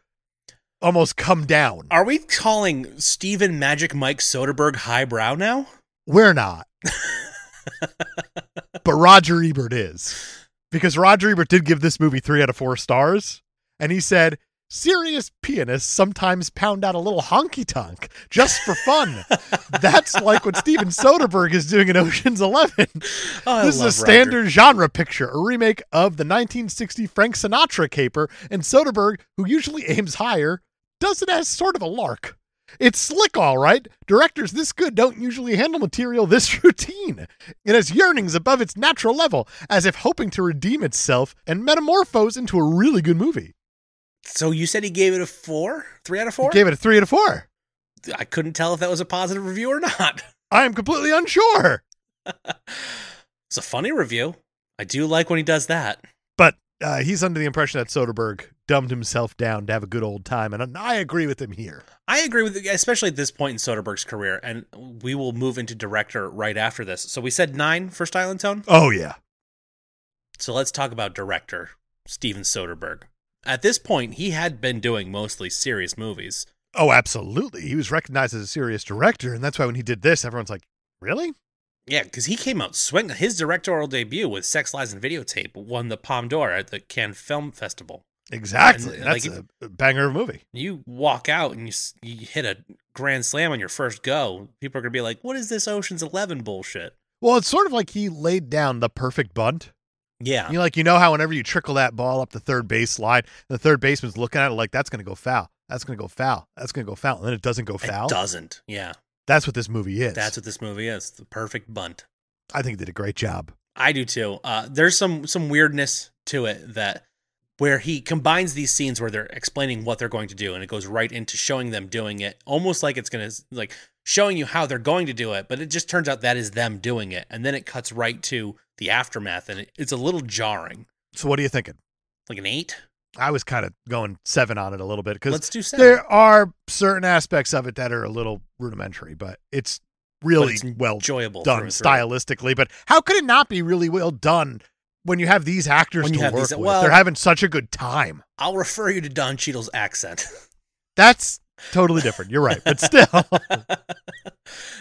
Speaker 3: almost come down.
Speaker 2: Are we calling Steven Magic Mike Soderbergh highbrow now?
Speaker 3: We're not. but Roger Ebert is. Because Roger Ebert did give this movie three out of four stars. And he said, serious pianists sometimes pound out a little honky tonk just for fun. That's like what Steven Soderbergh is doing in Ocean's Eleven.
Speaker 2: Oh, I
Speaker 3: this is a
Speaker 2: love Roger.
Speaker 3: standard genre picture, a remake of the 1960 Frank Sinatra caper, and Soderbergh, who usually aims higher, does it as sort of a lark. It's slick, all right. Directors this good don't usually handle material this routine. It has yearnings above its natural level, as if hoping to redeem itself and metamorphose into a really good movie.
Speaker 2: So you said he gave it a four, three out of
Speaker 3: He
Speaker 2: four.
Speaker 3: gave it a three out of four.
Speaker 2: I couldn't tell if that was a positive review or not.
Speaker 3: I am completely unsure.
Speaker 2: It's a funny review. I do like when he does that.
Speaker 3: But uh, he's under the impression that Soderbergh dumbed himself down to have a good old time, and I agree with him here.
Speaker 2: I agree with, especially at this point in Soderbergh's career, and we will move into director right after this. So we said nine for Style and Tone.
Speaker 3: Oh, yeah.
Speaker 2: So let's talk about director Steven Soderbergh. At this point, he had been doing mostly serious movies.
Speaker 3: Oh, absolutely. He was recognized as a serious director, and that's why when he did this, everyone's like, "Really?"
Speaker 2: Yeah, because he came out swinging. His directorial debut with Sex, Lies, and Videotape won the Palme d'Or at the Cannes Film Festival.
Speaker 3: Exactly.
Speaker 2: And,
Speaker 3: that's
Speaker 2: like,
Speaker 3: a banger of a movie.
Speaker 2: You walk out and you, s- you hit a grand slam on your first go. People are going to be like, what is this Ocean's Eleven bullshit?
Speaker 3: Well, it's sort of like he laid down the perfect bunt.
Speaker 2: Yeah.
Speaker 3: You know, like you know how whenever you trickle that ball up the third base line, the third baseman's looking at it like that's going to go foul. That's going to go foul. That's going to go foul, and then it doesn't go foul.
Speaker 2: It doesn't. Yeah.
Speaker 3: That's what this movie is.
Speaker 2: That's what this movie is. The perfect bunt.
Speaker 3: I think he did a great job.
Speaker 2: I do too. Uh, there's some some weirdness to it that where he combines these scenes where they're explaining what they're going to do, and it goes right into showing them doing it, almost like it's gonna like showing you how they're going to do it, but it just turns out that is them doing it, and then it cuts right to the aftermath, and it, it's a little jarring.
Speaker 3: So, what are you thinking?
Speaker 2: Like an eight.
Speaker 3: I was kind of going seven on it a little bit because
Speaker 2: Let's do seven.
Speaker 3: there are certain aspects of it that are a little rudimentary, but it's really
Speaker 2: it's
Speaker 3: well
Speaker 2: Enjoyable
Speaker 3: done
Speaker 2: through and through.
Speaker 3: stylistically, but how could it not be really well done when you have these actors
Speaker 2: When
Speaker 3: to
Speaker 2: you have
Speaker 3: work
Speaker 2: these-
Speaker 3: with?
Speaker 2: well-
Speaker 3: They're having such a good time.
Speaker 2: I'll refer you to Don Cheadle's accent.
Speaker 3: That's totally different. You're right, but still,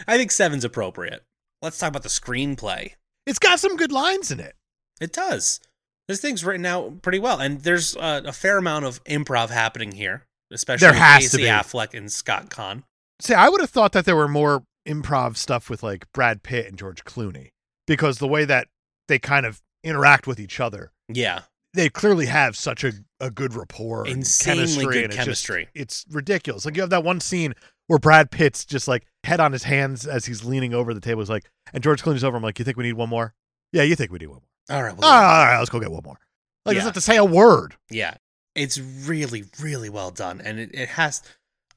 Speaker 2: I think seven's appropriate. Let's talk about the screenplay.
Speaker 3: it's got some good lines in it.
Speaker 2: It does. This thing's written out pretty well, and there's uh, a fair amount of improv happening here, especially
Speaker 3: There has to
Speaker 2: Casey
Speaker 3: be.
Speaker 2: Affleck and Scott Kahn.
Speaker 3: See, I would have thought that there were more improv stuff with like Brad Pitt and George Clooney because the way that they kind of interact with each other,
Speaker 2: Yeah,
Speaker 3: they clearly have such a, a good rapport, and
Speaker 2: Insanely
Speaker 3: chemistry,
Speaker 2: good
Speaker 3: and it's just-
Speaker 2: chemistry.
Speaker 3: it's ridiculous. Like you have that one scene where Brad Pitt's just like head on his hands as he's leaning over the table. He's like, and George Clooney's over. I'm like, you think we need one more? Yeah, you think we need one more?
Speaker 2: all right, well,
Speaker 3: All right, all right, let's go get one more. Like,
Speaker 2: Yeah.
Speaker 3: doesn't have to say a word.
Speaker 2: yeah, it's really, really well done, and it, it has.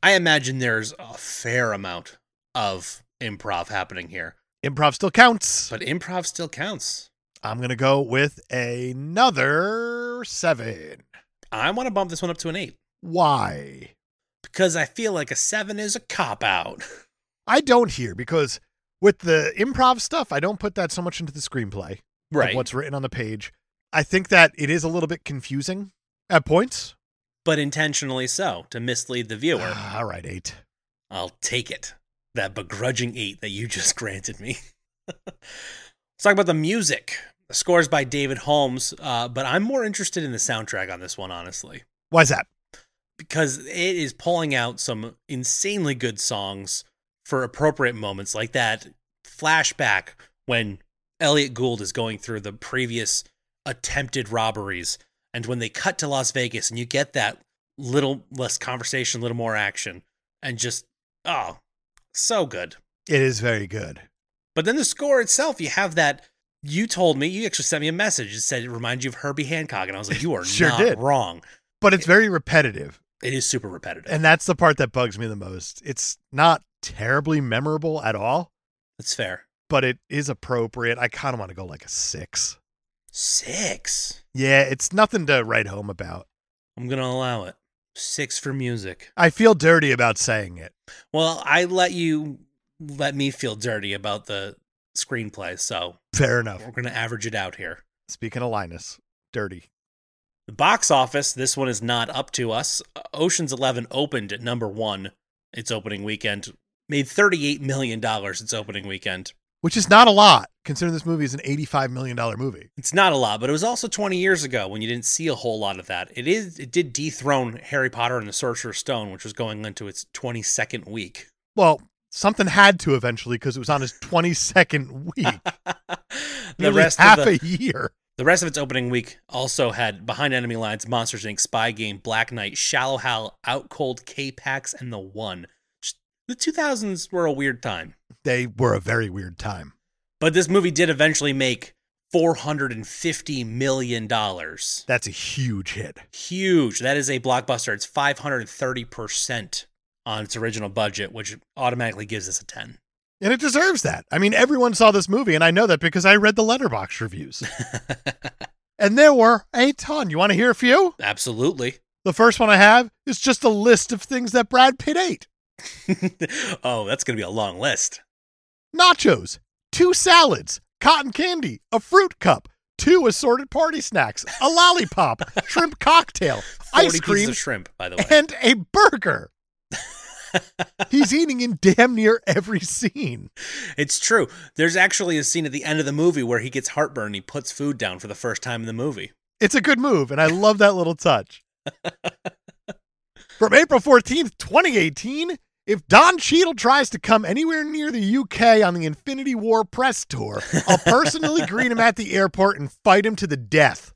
Speaker 2: I imagine there's a fair amount of improv happening here,
Speaker 3: Improv still counts.
Speaker 2: but improv still counts.
Speaker 3: I'm gonna go with another seven.
Speaker 2: I want to bump this one up to an eight
Speaker 3: Why?
Speaker 2: because I feel like a seven is a cop out.
Speaker 3: I don't hear because with the improv stuff, I don't put that so much into the screenplay. of what's written on the page? I think that it is a little bit confusing at points.
Speaker 2: but intentionally so to mislead the viewer.
Speaker 3: Ah, all right, eight.
Speaker 2: I'll take it. That begrudging eight that you just granted me. Let's talk about the music. The score's by David Holmes, uh, but I'm more interested in the soundtrack on this one, honestly,
Speaker 3: Why's that?
Speaker 2: because it is pulling out some insanely good songs for appropriate moments, like that flashback when Elliot Gould is going through the previous attempted robberies, and when they cut to Las Vegas, and you get that little less conversation, a little more action, and just oh, so good.
Speaker 3: It is very good.
Speaker 2: But then the score itself, you have that. You told me you actually sent me a message. It said it reminds you of Herbie Hancock, and I was like, you are
Speaker 3: Sure
Speaker 2: not
Speaker 3: did.
Speaker 2: wrong.
Speaker 3: but it's very repetitive.
Speaker 2: It is super repetitive.
Speaker 3: And that's the part that bugs me the most. It's not terribly memorable at all,
Speaker 2: That's fair.
Speaker 3: but it is appropriate. I kind of want to go like a six.
Speaker 2: Six.
Speaker 3: Yeah, it's nothing to write home about.
Speaker 2: I'm gonna allow it. Six for music.
Speaker 3: I feel dirty about saying it.
Speaker 2: Well, I let you let me feel dirty about the screenplay, so
Speaker 3: Fair enough.
Speaker 2: we're going to average it out here.
Speaker 3: Speaking of Linus, dirty.
Speaker 2: The box office, this one is not up to us. Uh, Ocean's 11 opened at number 1 its opening weekend, made 38 million dollars its opening weekend.
Speaker 3: Which is not a lot, considering this movie is an $85 million movie.
Speaker 2: It's not a lot, but it was also 20 years ago when you didn't see a whole lot of that. It is it did dethrone Harry Potter and the Sorcerer's Stone, which was going into its 22nd week.
Speaker 3: Well, something had to eventually because it was on his 22nd week.
Speaker 2: the
Speaker 3: Nearly
Speaker 2: rest
Speaker 3: half
Speaker 2: of the,
Speaker 3: a year.
Speaker 2: the rest of its opening week also had Behind Enemy Lines, Monsters Inc., Spy Game, Black Knight, Shallow Hal, Out Cold, K Pax, and The One. Just- The 2000s were a weird time,
Speaker 3: They were a very weird time.
Speaker 2: but this movie did eventually make 450 million dollars.
Speaker 3: That's a huge hit.
Speaker 2: huge. That is a blockbuster. It's 530% on its original budget, which automatically gives us a 10.
Speaker 3: And it deserves that. I mean, everyone saw this movie, and I know that because I read the letterbox reviews. and there were a ton. You want to hear a few?
Speaker 2: Absolutely.
Speaker 3: The first one I have is just a list of things that Brad Pitt ate
Speaker 2: oh, that's going to be a long list.
Speaker 3: nachos, two salads, cotton candy, a fruit cup, two assorted party snacks, a lollipop, shrimp cocktail,
Speaker 2: 40
Speaker 3: ice
Speaker 2: pieces
Speaker 3: cream,
Speaker 2: of shrimp, by the way.
Speaker 3: and a burger. He's eating in damn near every scene.
Speaker 2: it's true. There's actually a scene at the end of the movie where he gets heartburn and he puts food down for the first time in the movie.
Speaker 3: It's a good move, and I love that little touch. From April 14th, 2018, if Don Cheadle tries to come anywhere near the UK on the Infinity War press tour, I'll personally greet him at the airport and fight him to the death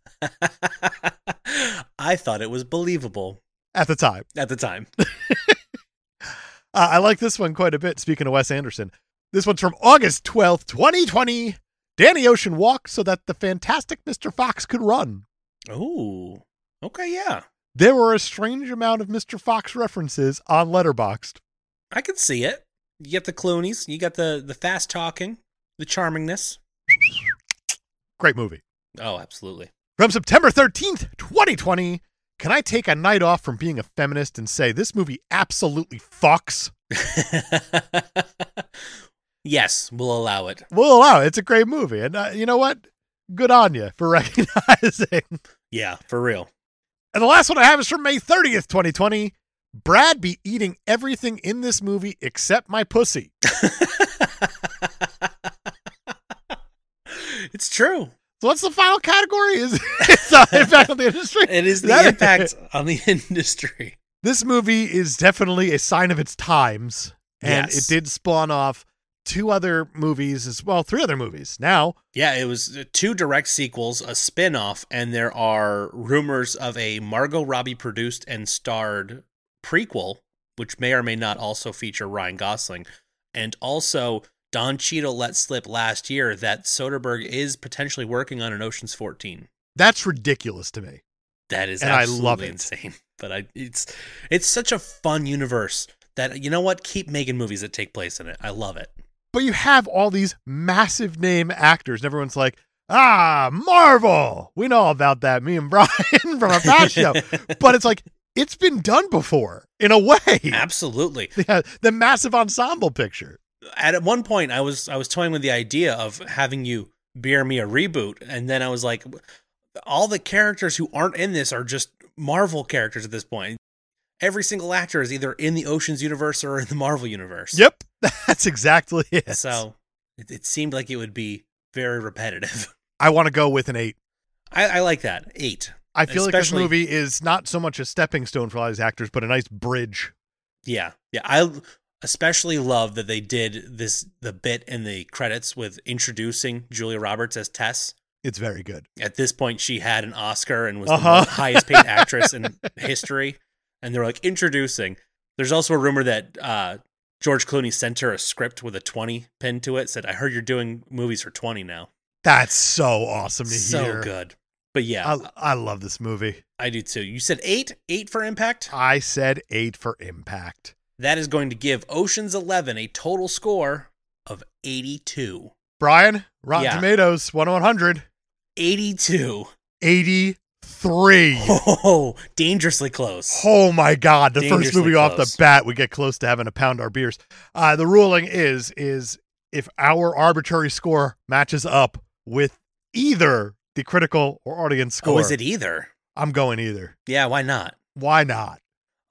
Speaker 2: I thought it was believable
Speaker 3: at the time.
Speaker 2: at the time.
Speaker 3: Uh, I like this one quite a bit, speaking of Wes Anderson. This one's from August 12th, 2020. Danny Ocean walked so that the fantastic Mr. Fox could run.
Speaker 2: Oh, okay, yeah.
Speaker 3: There were a strange amount of Mr. Fox references on Letterboxd.
Speaker 2: I can see it. You get the Clooney's, you got the, the fast talking, the charmingness.
Speaker 3: Great movie.
Speaker 2: Oh, absolutely.
Speaker 3: From September 13th, 2020, can I take a night off from being a feminist and say this movie absolutely fucks?
Speaker 2: yes, we'll allow it.
Speaker 3: Well, wow, it's a great movie. And uh, you know what? Good on you for recognizing.
Speaker 2: Yeah, for real.
Speaker 3: And the last one I have is from May 30th, 2020. Brad be eating everything in this movie except my pussy.
Speaker 2: it's true.
Speaker 3: So what's the final category? Is it's the impact on the industry?
Speaker 2: It is the
Speaker 3: That-
Speaker 2: impact on the industry.
Speaker 3: This movie is definitely a sign of its times. And
Speaker 2: Yes.
Speaker 3: it did spawn off two other movies as well, three other movies now.
Speaker 2: Yeah, it was uh, two direct sequels, a spin off, and there are rumors of a Margot Robbie produced and starred prequel, which may or may not also feature Ryan Gosling. And also, Don Cheadle let slip last year that Soderbergh is potentially working on an Ocean's 14.
Speaker 3: That's ridiculous to me.
Speaker 2: That is
Speaker 3: And I
Speaker 2: absolutely
Speaker 3: love it.
Speaker 2: insane. But I it's it's such a fun universe that you know what? Keep making movies that take place in it. I love it.
Speaker 3: But you have all these massive name actors, and everyone's like, ah, Marvel. We know all about that, me and Brian from our past show. But it's like, it's been done before in a way.
Speaker 2: Absolutely.
Speaker 3: Yeah, the massive ensemble picture.
Speaker 2: At one point I was I was toying with the idea of having you beer me a reboot and then I was like all the characters who aren't in this are just Marvel characters at this point. Every single actor is either in the Oceans universe or in the Marvel universe.
Speaker 3: Yep, that's exactly it.
Speaker 2: So it, it seemed like it would be very repetitive.
Speaker 3: I want to go with an eight.
Speaker 2: I, I like that. Eight.
Speaker 3: I feel like this
Speaker 2: Especially-
Speaker 3: movie is not so much a stepping stone for all these actors, but a nice bridge.
Speaker 2: Yeah. Yeah. I especially love that they did this the bit in the credits with introducing Julia Roberts as Tess.
Speaker 3: It's very good.
Speaker 2: At this point, she had an Oscar and was
Speaker 3: Uh-huh.
Speaker 2: the mo- highest paid actress in history. And they're like introducing. There's also a rumor that uh, George Clooney sent her a script with a 20 pin to it. Said, "I heard you're doing movies for 20 now."
Speaker 3: That's so awesome to
Speaker 2: So
Speaker 3: hear.
Speaker 2: good. But yeah,
Speaker 3: I, I love this movie.
Speaker 2: I do too. You said eight, eight for impact.
Speaker 3: I said eight for impact.
Speaker 2: That is going to give Ocean's Eleven a total score of 82.
Speaker 3: Brian, Rotten
Speaker 2: Yeah.
Speaker 3: Tomatoes, 1 to 100,
Speaker 2: 82.
Speaker 3: 83%. Three.
Speaker 2: Oh, dangerously close.
Speaker 3: Oh my God! The first
Speaker 2: Dangerously
Speaker 3: movie off the
Speaker 2: close.
Speaker 3: bat, we get close to having to pound our beers. Uh, the ruling is is if our arbitrary score matches up with either the critical or audience score,
Speaker 2: Oh, is it either?
Speaker 3: I'm going either.
Speaker 2: Yeah, why not?
Speaker 3: Why not?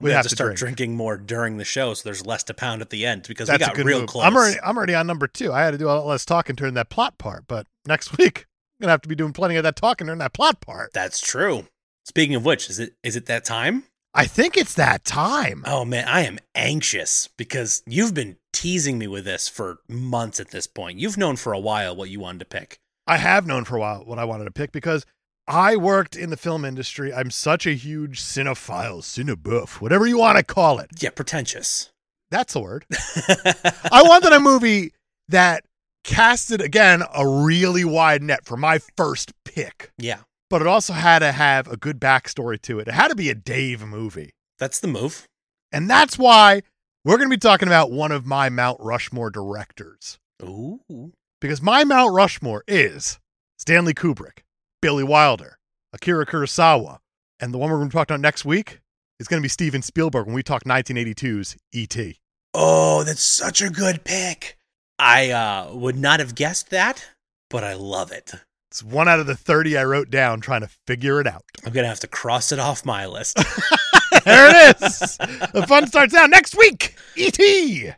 Speaker 2: We, have, to, start drinking more during the show, so there's less to pound at the end because we
Speaker 3: That's
Speaker 2: got
Speaker 3: a good
Speaker 2: real
Speaker 3: move.
Speaker 2: close.
Speaker 3: I'm already I'm already on number two. I had to do a lot less talking during that plot part, but next week I'm gonna have to be doing plenty of that talking during that plot part.
Speaker 2: That's true. Speaking of which, is it is it that time?
Speaker 3: I think it's that time.
Speaker 2: Oh man, I am anxious because you've been teasing me with this for months at this point. You've known for a while what you wanted to pick.
Speaker 3: I have known for a while what I wanted to pick because I worked in the film industry. I'm such a huge cinephile, cinebuff, whatever you want to call it.
Speaker 2: Yeah, pretentious.
Speaker 3: That's the word. I wanted a movie that casted again a really wide net for my first pick,
Speaker 2: yeah,
Speaker 3: but it also had to have a good backstory to it. It had to be a Dave movie.
Speaker 2: that's the move.
Speaker 3: And that's why we're going to be talking about one of my Mount Rushmore directors.
Speaker 2: Ooh.
Speaker 3: Because my Mount Rushmore is Stanley Kubrick, Billy Wilder, Akira Kurosawa, and the one we're going to talk about next week is going to be Steven Spielberg when we talk E 1982's E.T.
Speaker 2: Oh, that's such a good pick. I uh, would not have guessed that, but I love it.
Speaker 3: It's one out of the 30 I wrote down trying to figure it out.
Speaker 2: I'm gonna have to cross it off my list.
Speaker 3: There it is. the fun starts now next week. E E.T.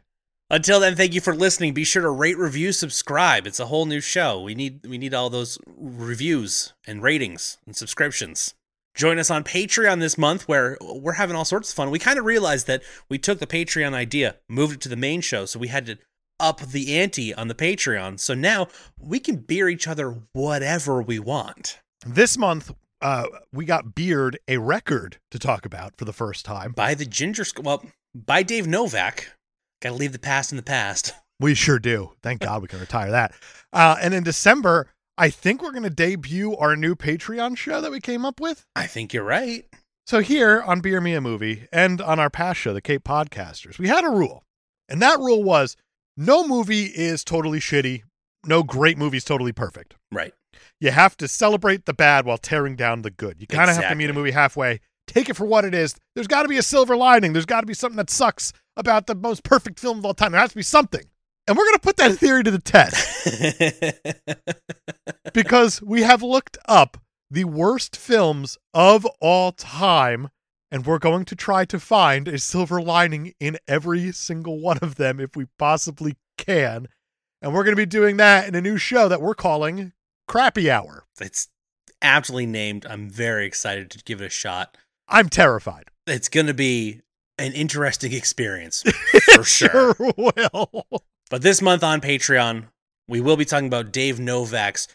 Speaker 2: Until then, thank you for listening. Be sure to rate, review, subscribe. It's a whole new show. We need we need all those reviews and ratings and subscriptions. Join us on Patreon this month where we're having all sorts of fun. We kind of realized that we took the Patreon idea, moved it to the main show, so we had to up the ante on the Patreon. So now we can beer each other whatever we want.
Speaker 3: This month, uh, we got Beard a record to talk about for the first time.
Speaker 2: By the Ginger Sc- well, by Dave Novak. Gotta leave the past in the past.
Speaker 3: We sure do. Thank God we can retire that. Uh, and in December, I think we're going to debut our new Patreon show that we came up with.
Speaker 2: I think you're right.
Speaker 3: So here on Beer Me a Movie and on our past show, the Cape Podcasters, we had a rule, and that rule was no movie is totally shitty. No great movie is totally perfect.
Speaker 2: Right.
Speaker 3: You have to celebrate the bad while tearing down the good. You kind of have to meet a
Speaker 2: Exactly.
Speaker 3: movie halfway. Take it for what it is. There's got to be a silver lining. There's got to be something that sucks about the most perfect film of all time. There has to be something. And we're going to put that theory to the test. because we have looked up the worst films of all time and we're going to try to find a silver lining in every single one of them if we possibly can and we're going to be doing that in a new show that we're calling crappy hour
Speaker 2: It's aptly named. I'm very excited to give it a shot.
Speaker 3: i'm terrified
Speaker 2: It's going to be an interesting experience for sure.
Speaker 3: sure will
Speaker 2: But this month on Patreon, we will be talking about Dave Novak's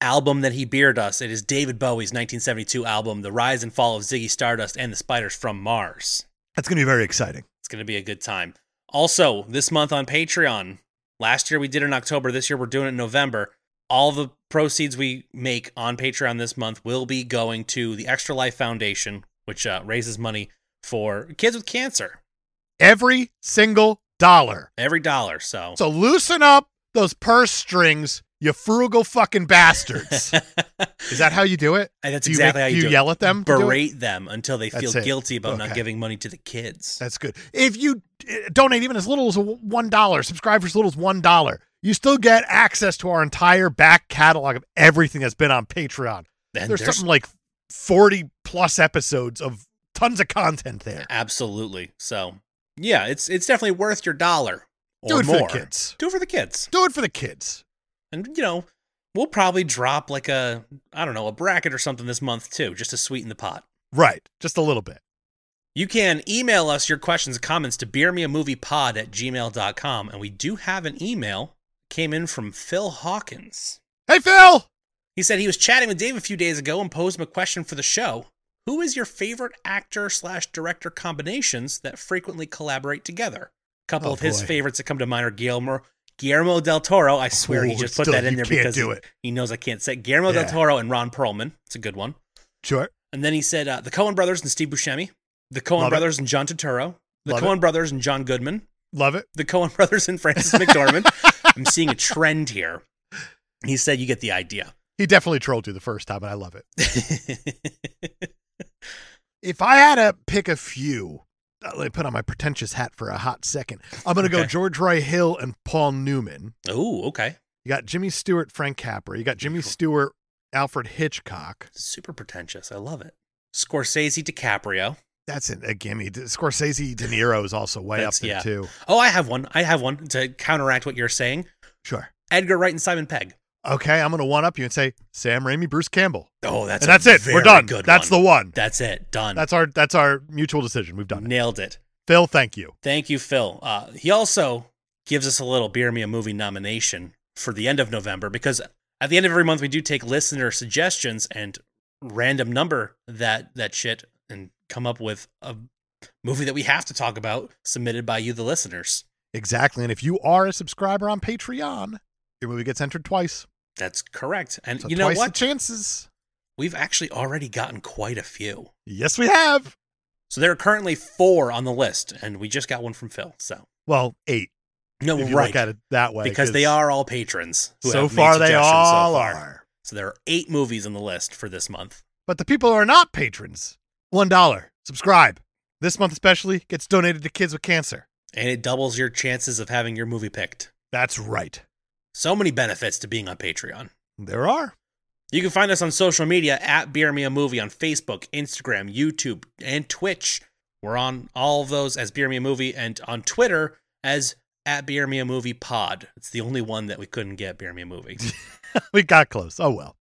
Speaker 2: album that he beard us. It is David Bowie's 1972 album, The Rise and Fall of Ziggy Stardust and the Spiders from Mars.
Speaker 3: that's going to be very exciting
Speaker 2: It's going to be a good time. Also, this month on Patreon, last year we did it in October. This year we're doing it in November. All the proceeds we make on Patreon this month will be going to the Extra Life Foundation, which uh, raises money for kids with cancer.
Speaker 3: every single dollar
Speaker 2: Every dollar. So,
Speaker 3: so loosen up those purse strings you frugal fucking bastards is that how you do it
Speaker 2: And that's
Speaker 3: Do you
Speaker 2: exactly
Speaker 3: make-
Speaker 2: how you,
Speaker 3: do you
Speaker 2: do it.
Speaker 3: yell at them to do it?
Speaker 2: berate them until they feel
Speaker 3: That's it.
Speaker 2: guilty about
Speaker 3: Okay.
Speaker 2: not giving money to the kids.
Speaker 3: That's good. If you uh, donate even as little as one dollar, subscribe for as little as one dollar, you still get access to our entire back catalog of everything that's been on Patreon.
Speaker 2: And
Speaker 3: there's, something like forty plus episodes of tons of content there.
Speaker 2: absolutely. So, yeah, it's it's definitely worth your dollar
Speaker 3: Do
Speaker 2: or
Speaker 3: it
Speaker 2: more.
Speaker 3: for the kids.
Speaker 2: Do it for the kids.
Speaker 3: Do it for the kids.
Speaker 2: and you know we'll probably drop like a i don't know a bracket or something this month too just to sweeten the pot
Speaker 3: Right. Just a little bit.
Speaker 2: you can email us your questions and comments to beermeamoviepod at gmail.com and we do have an email came in from phil hawkins
Speaker 3: Hey Phil.
Speaker 2: he said he was chatting with dave a few days ago and posed him a question for the show who is your favorite actor slash director combinations that frequently collaborate together a couple
Speaker 3: Oh,
Speaker 2: of his
Speaker 3: boy.
Speaker 2: favorites that come to mind are guillermo guillermo del toro i swear he
Speaker 3: Ooh,
Speaker 2: just put
Speaker 3: still,
Speaker 2: that in
Speaker 3: Oh, you
Speaker 2: there
Speaker 3: can't
Speaker 2: because
Speaker 3: do it.
Speaker 2: he knows I can't say Guillermo
Speaker 3: Yeah.
Speaker 2: del Toro and Ron Perlman. It's a good one.
Speaker 3: Sure.
Speaker 2: And then he said uh, the Cohen brothers and Steve Buscemi, the Cohen
Speaker 3: Love it.
Speaker 2: brothers and John Turturro, the
Speaker 3: Love
Speaker 2: Cohen brothers and John Goodman,
Speaker 3: Love it.
Speaker 2: the Cohen brothers and Francis McDormand. I'm seeing a trend here. He said, "You get the idea."
Speaker 3: He definitely trolled you the first time, and I love it. If I had to pick a few, uh, let me put on my pretentious hat for a hot second. I'm going to go
Speaker 2: Okay.
Speaker 3: George Roy Hill and Paul Newman.
Speaker 2: oh, okay.
Speaker 3: You got Jimmy Stewart, Frank Capra. You got Jimmy
Speaker 2: Cool.
Speaker 3: Stewart, Alfred Hitchcock.
Speaker 2: Super pretentious. I love it. Scorsese DiCaprio.
Speaker 3: That's an, a gimme. D- Scorsese, De Niro is also way up
Speaker 2: That's-
Speaker 3: there
Speaker 2: yeah.
Speaker 3: too.
Speaker 2: Oh, I have one. I have one to counteract what you're saying.
Speaker 3: Sure.
Speaker 2: Edgar Wright and Simon Pegg.
Speaker 3: Okay, I'm going to one up you and say Sam Raimi, Bruce Campbell,
Speaker 2: Oh, that's
Speaker 3: and that's
Speaker 2: a
Speaker 3: it.
Speaker 2: very
Speaker 3: We're done.
Speaker 2: Good
Speaker 3: That's
Speaker 2: one.
Speaker 3: the one.
Speaker 2: That's it. Done.
Speaker 3: That's our that's our mutual decision. We've done it.
Speaker 2: Nailed it.
Speaker 3: Phil, thank you.
Speaker 2: Thank you, Phil. Uh, he also gives us a little Beer Me a Movie nomination for the end of November because at the end of every month we do take listener suggestions and random number that that shit and come up with a movie that we have to talk about submitted by you, the listeners.
Speaker 3: Exactly. And if you are a subscriber on Patreon, your movie gets entered twice.
Speaker 2: That's correct. And
Speaker 3: So
Speaker 2: you know
Speaker 3: twice
Speaker 2: what?
Speaker 3: the chances.
Speaker 2: We've actually already gotten quite a few.
Speaker 3: Yes, we have.
Speaker 2: So there are currently four on the list, and we just got one from Phil. So
Speaker 3: Well, eight.
Speaker 2: no,
Speaker 3: if you
Speaker 2: right,
Speaker 3: look at it that way,
Speaker 2: because they
Speaker 3: 'cause
Speaker 2: are all patrons. who
Speaker 3: So
Speaker 2: have made
Speaker 3: far, they
Speaker 2: suggestions so
Speaker 3: all
Speaker 2: far.
Speaker 3: are.
Speaker 2: So there are eight movies on the list for this month.
Speaker 3: But the people who are not patrons, one dollar. Subscribe. This month especially gets donated to kids with cancer.
Speaker 2: And it doubles your chances of having your movie picked.
Speaker 3: That's right.
Speaker 2: So many benefits to being on Patreon.
Speaker 3: There are.
Speaker 2: You can find us on social media at Beer Me a Movie on Facebook, Instagram, YouTube, and Twitch. We're on all of those as Beer Me a Movie and on Twitter as at Beer Me a Movie Pod. It's the only one that we couldn't get Beer Me a Movie.
Speaker 3: We got close. Oh well.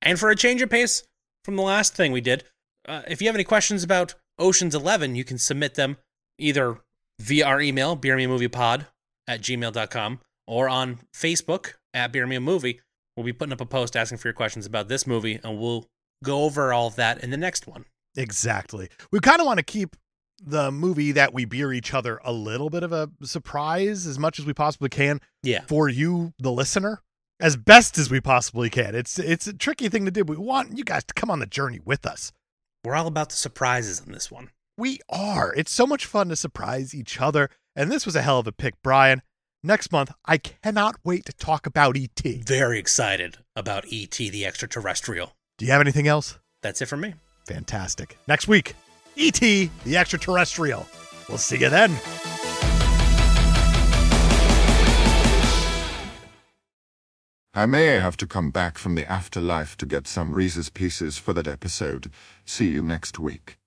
Speaker 2: And for a change of pace from the last thing we did, uh, if you have any questions about Ocean's Eleven, you can submit them either via our email, beermeamoviepod at gmail.com, or on Facebook at Beer Me a Movie. We'll be putting up a post asking for your questions about this movie, and we'll go over all of that in the next one.
Speaker 3: Exactly. We kind of want to keep the movie that we beer each other a little bit of a surprise as much as we possibly can
Speaker 2: Yeah.
Speaker 3: for you, the listener, as best as we possibly can. It's it's a tricky thing to do. but We want you guys to come on the journey with us.
Speaker 2: We're all about the surprises in this one.
Speaker 3: We are. It's so much fun to surprise each other. And this was a hell of a pick, Brian. Next month, I cannot wait to talk about E ET. Do
Speaker 2: Very excited about E.T. the Extraterrestrial.
Speaker 3: you have anything else?
Speaker 2: That's it for me.
Speaker 3: Fantastic. Next week, ET, the extraterrestrial. We'll see you then.
Speaker 1: I may have to come back from the afterlife to get some Reese's Pieces for that episode. See you next week.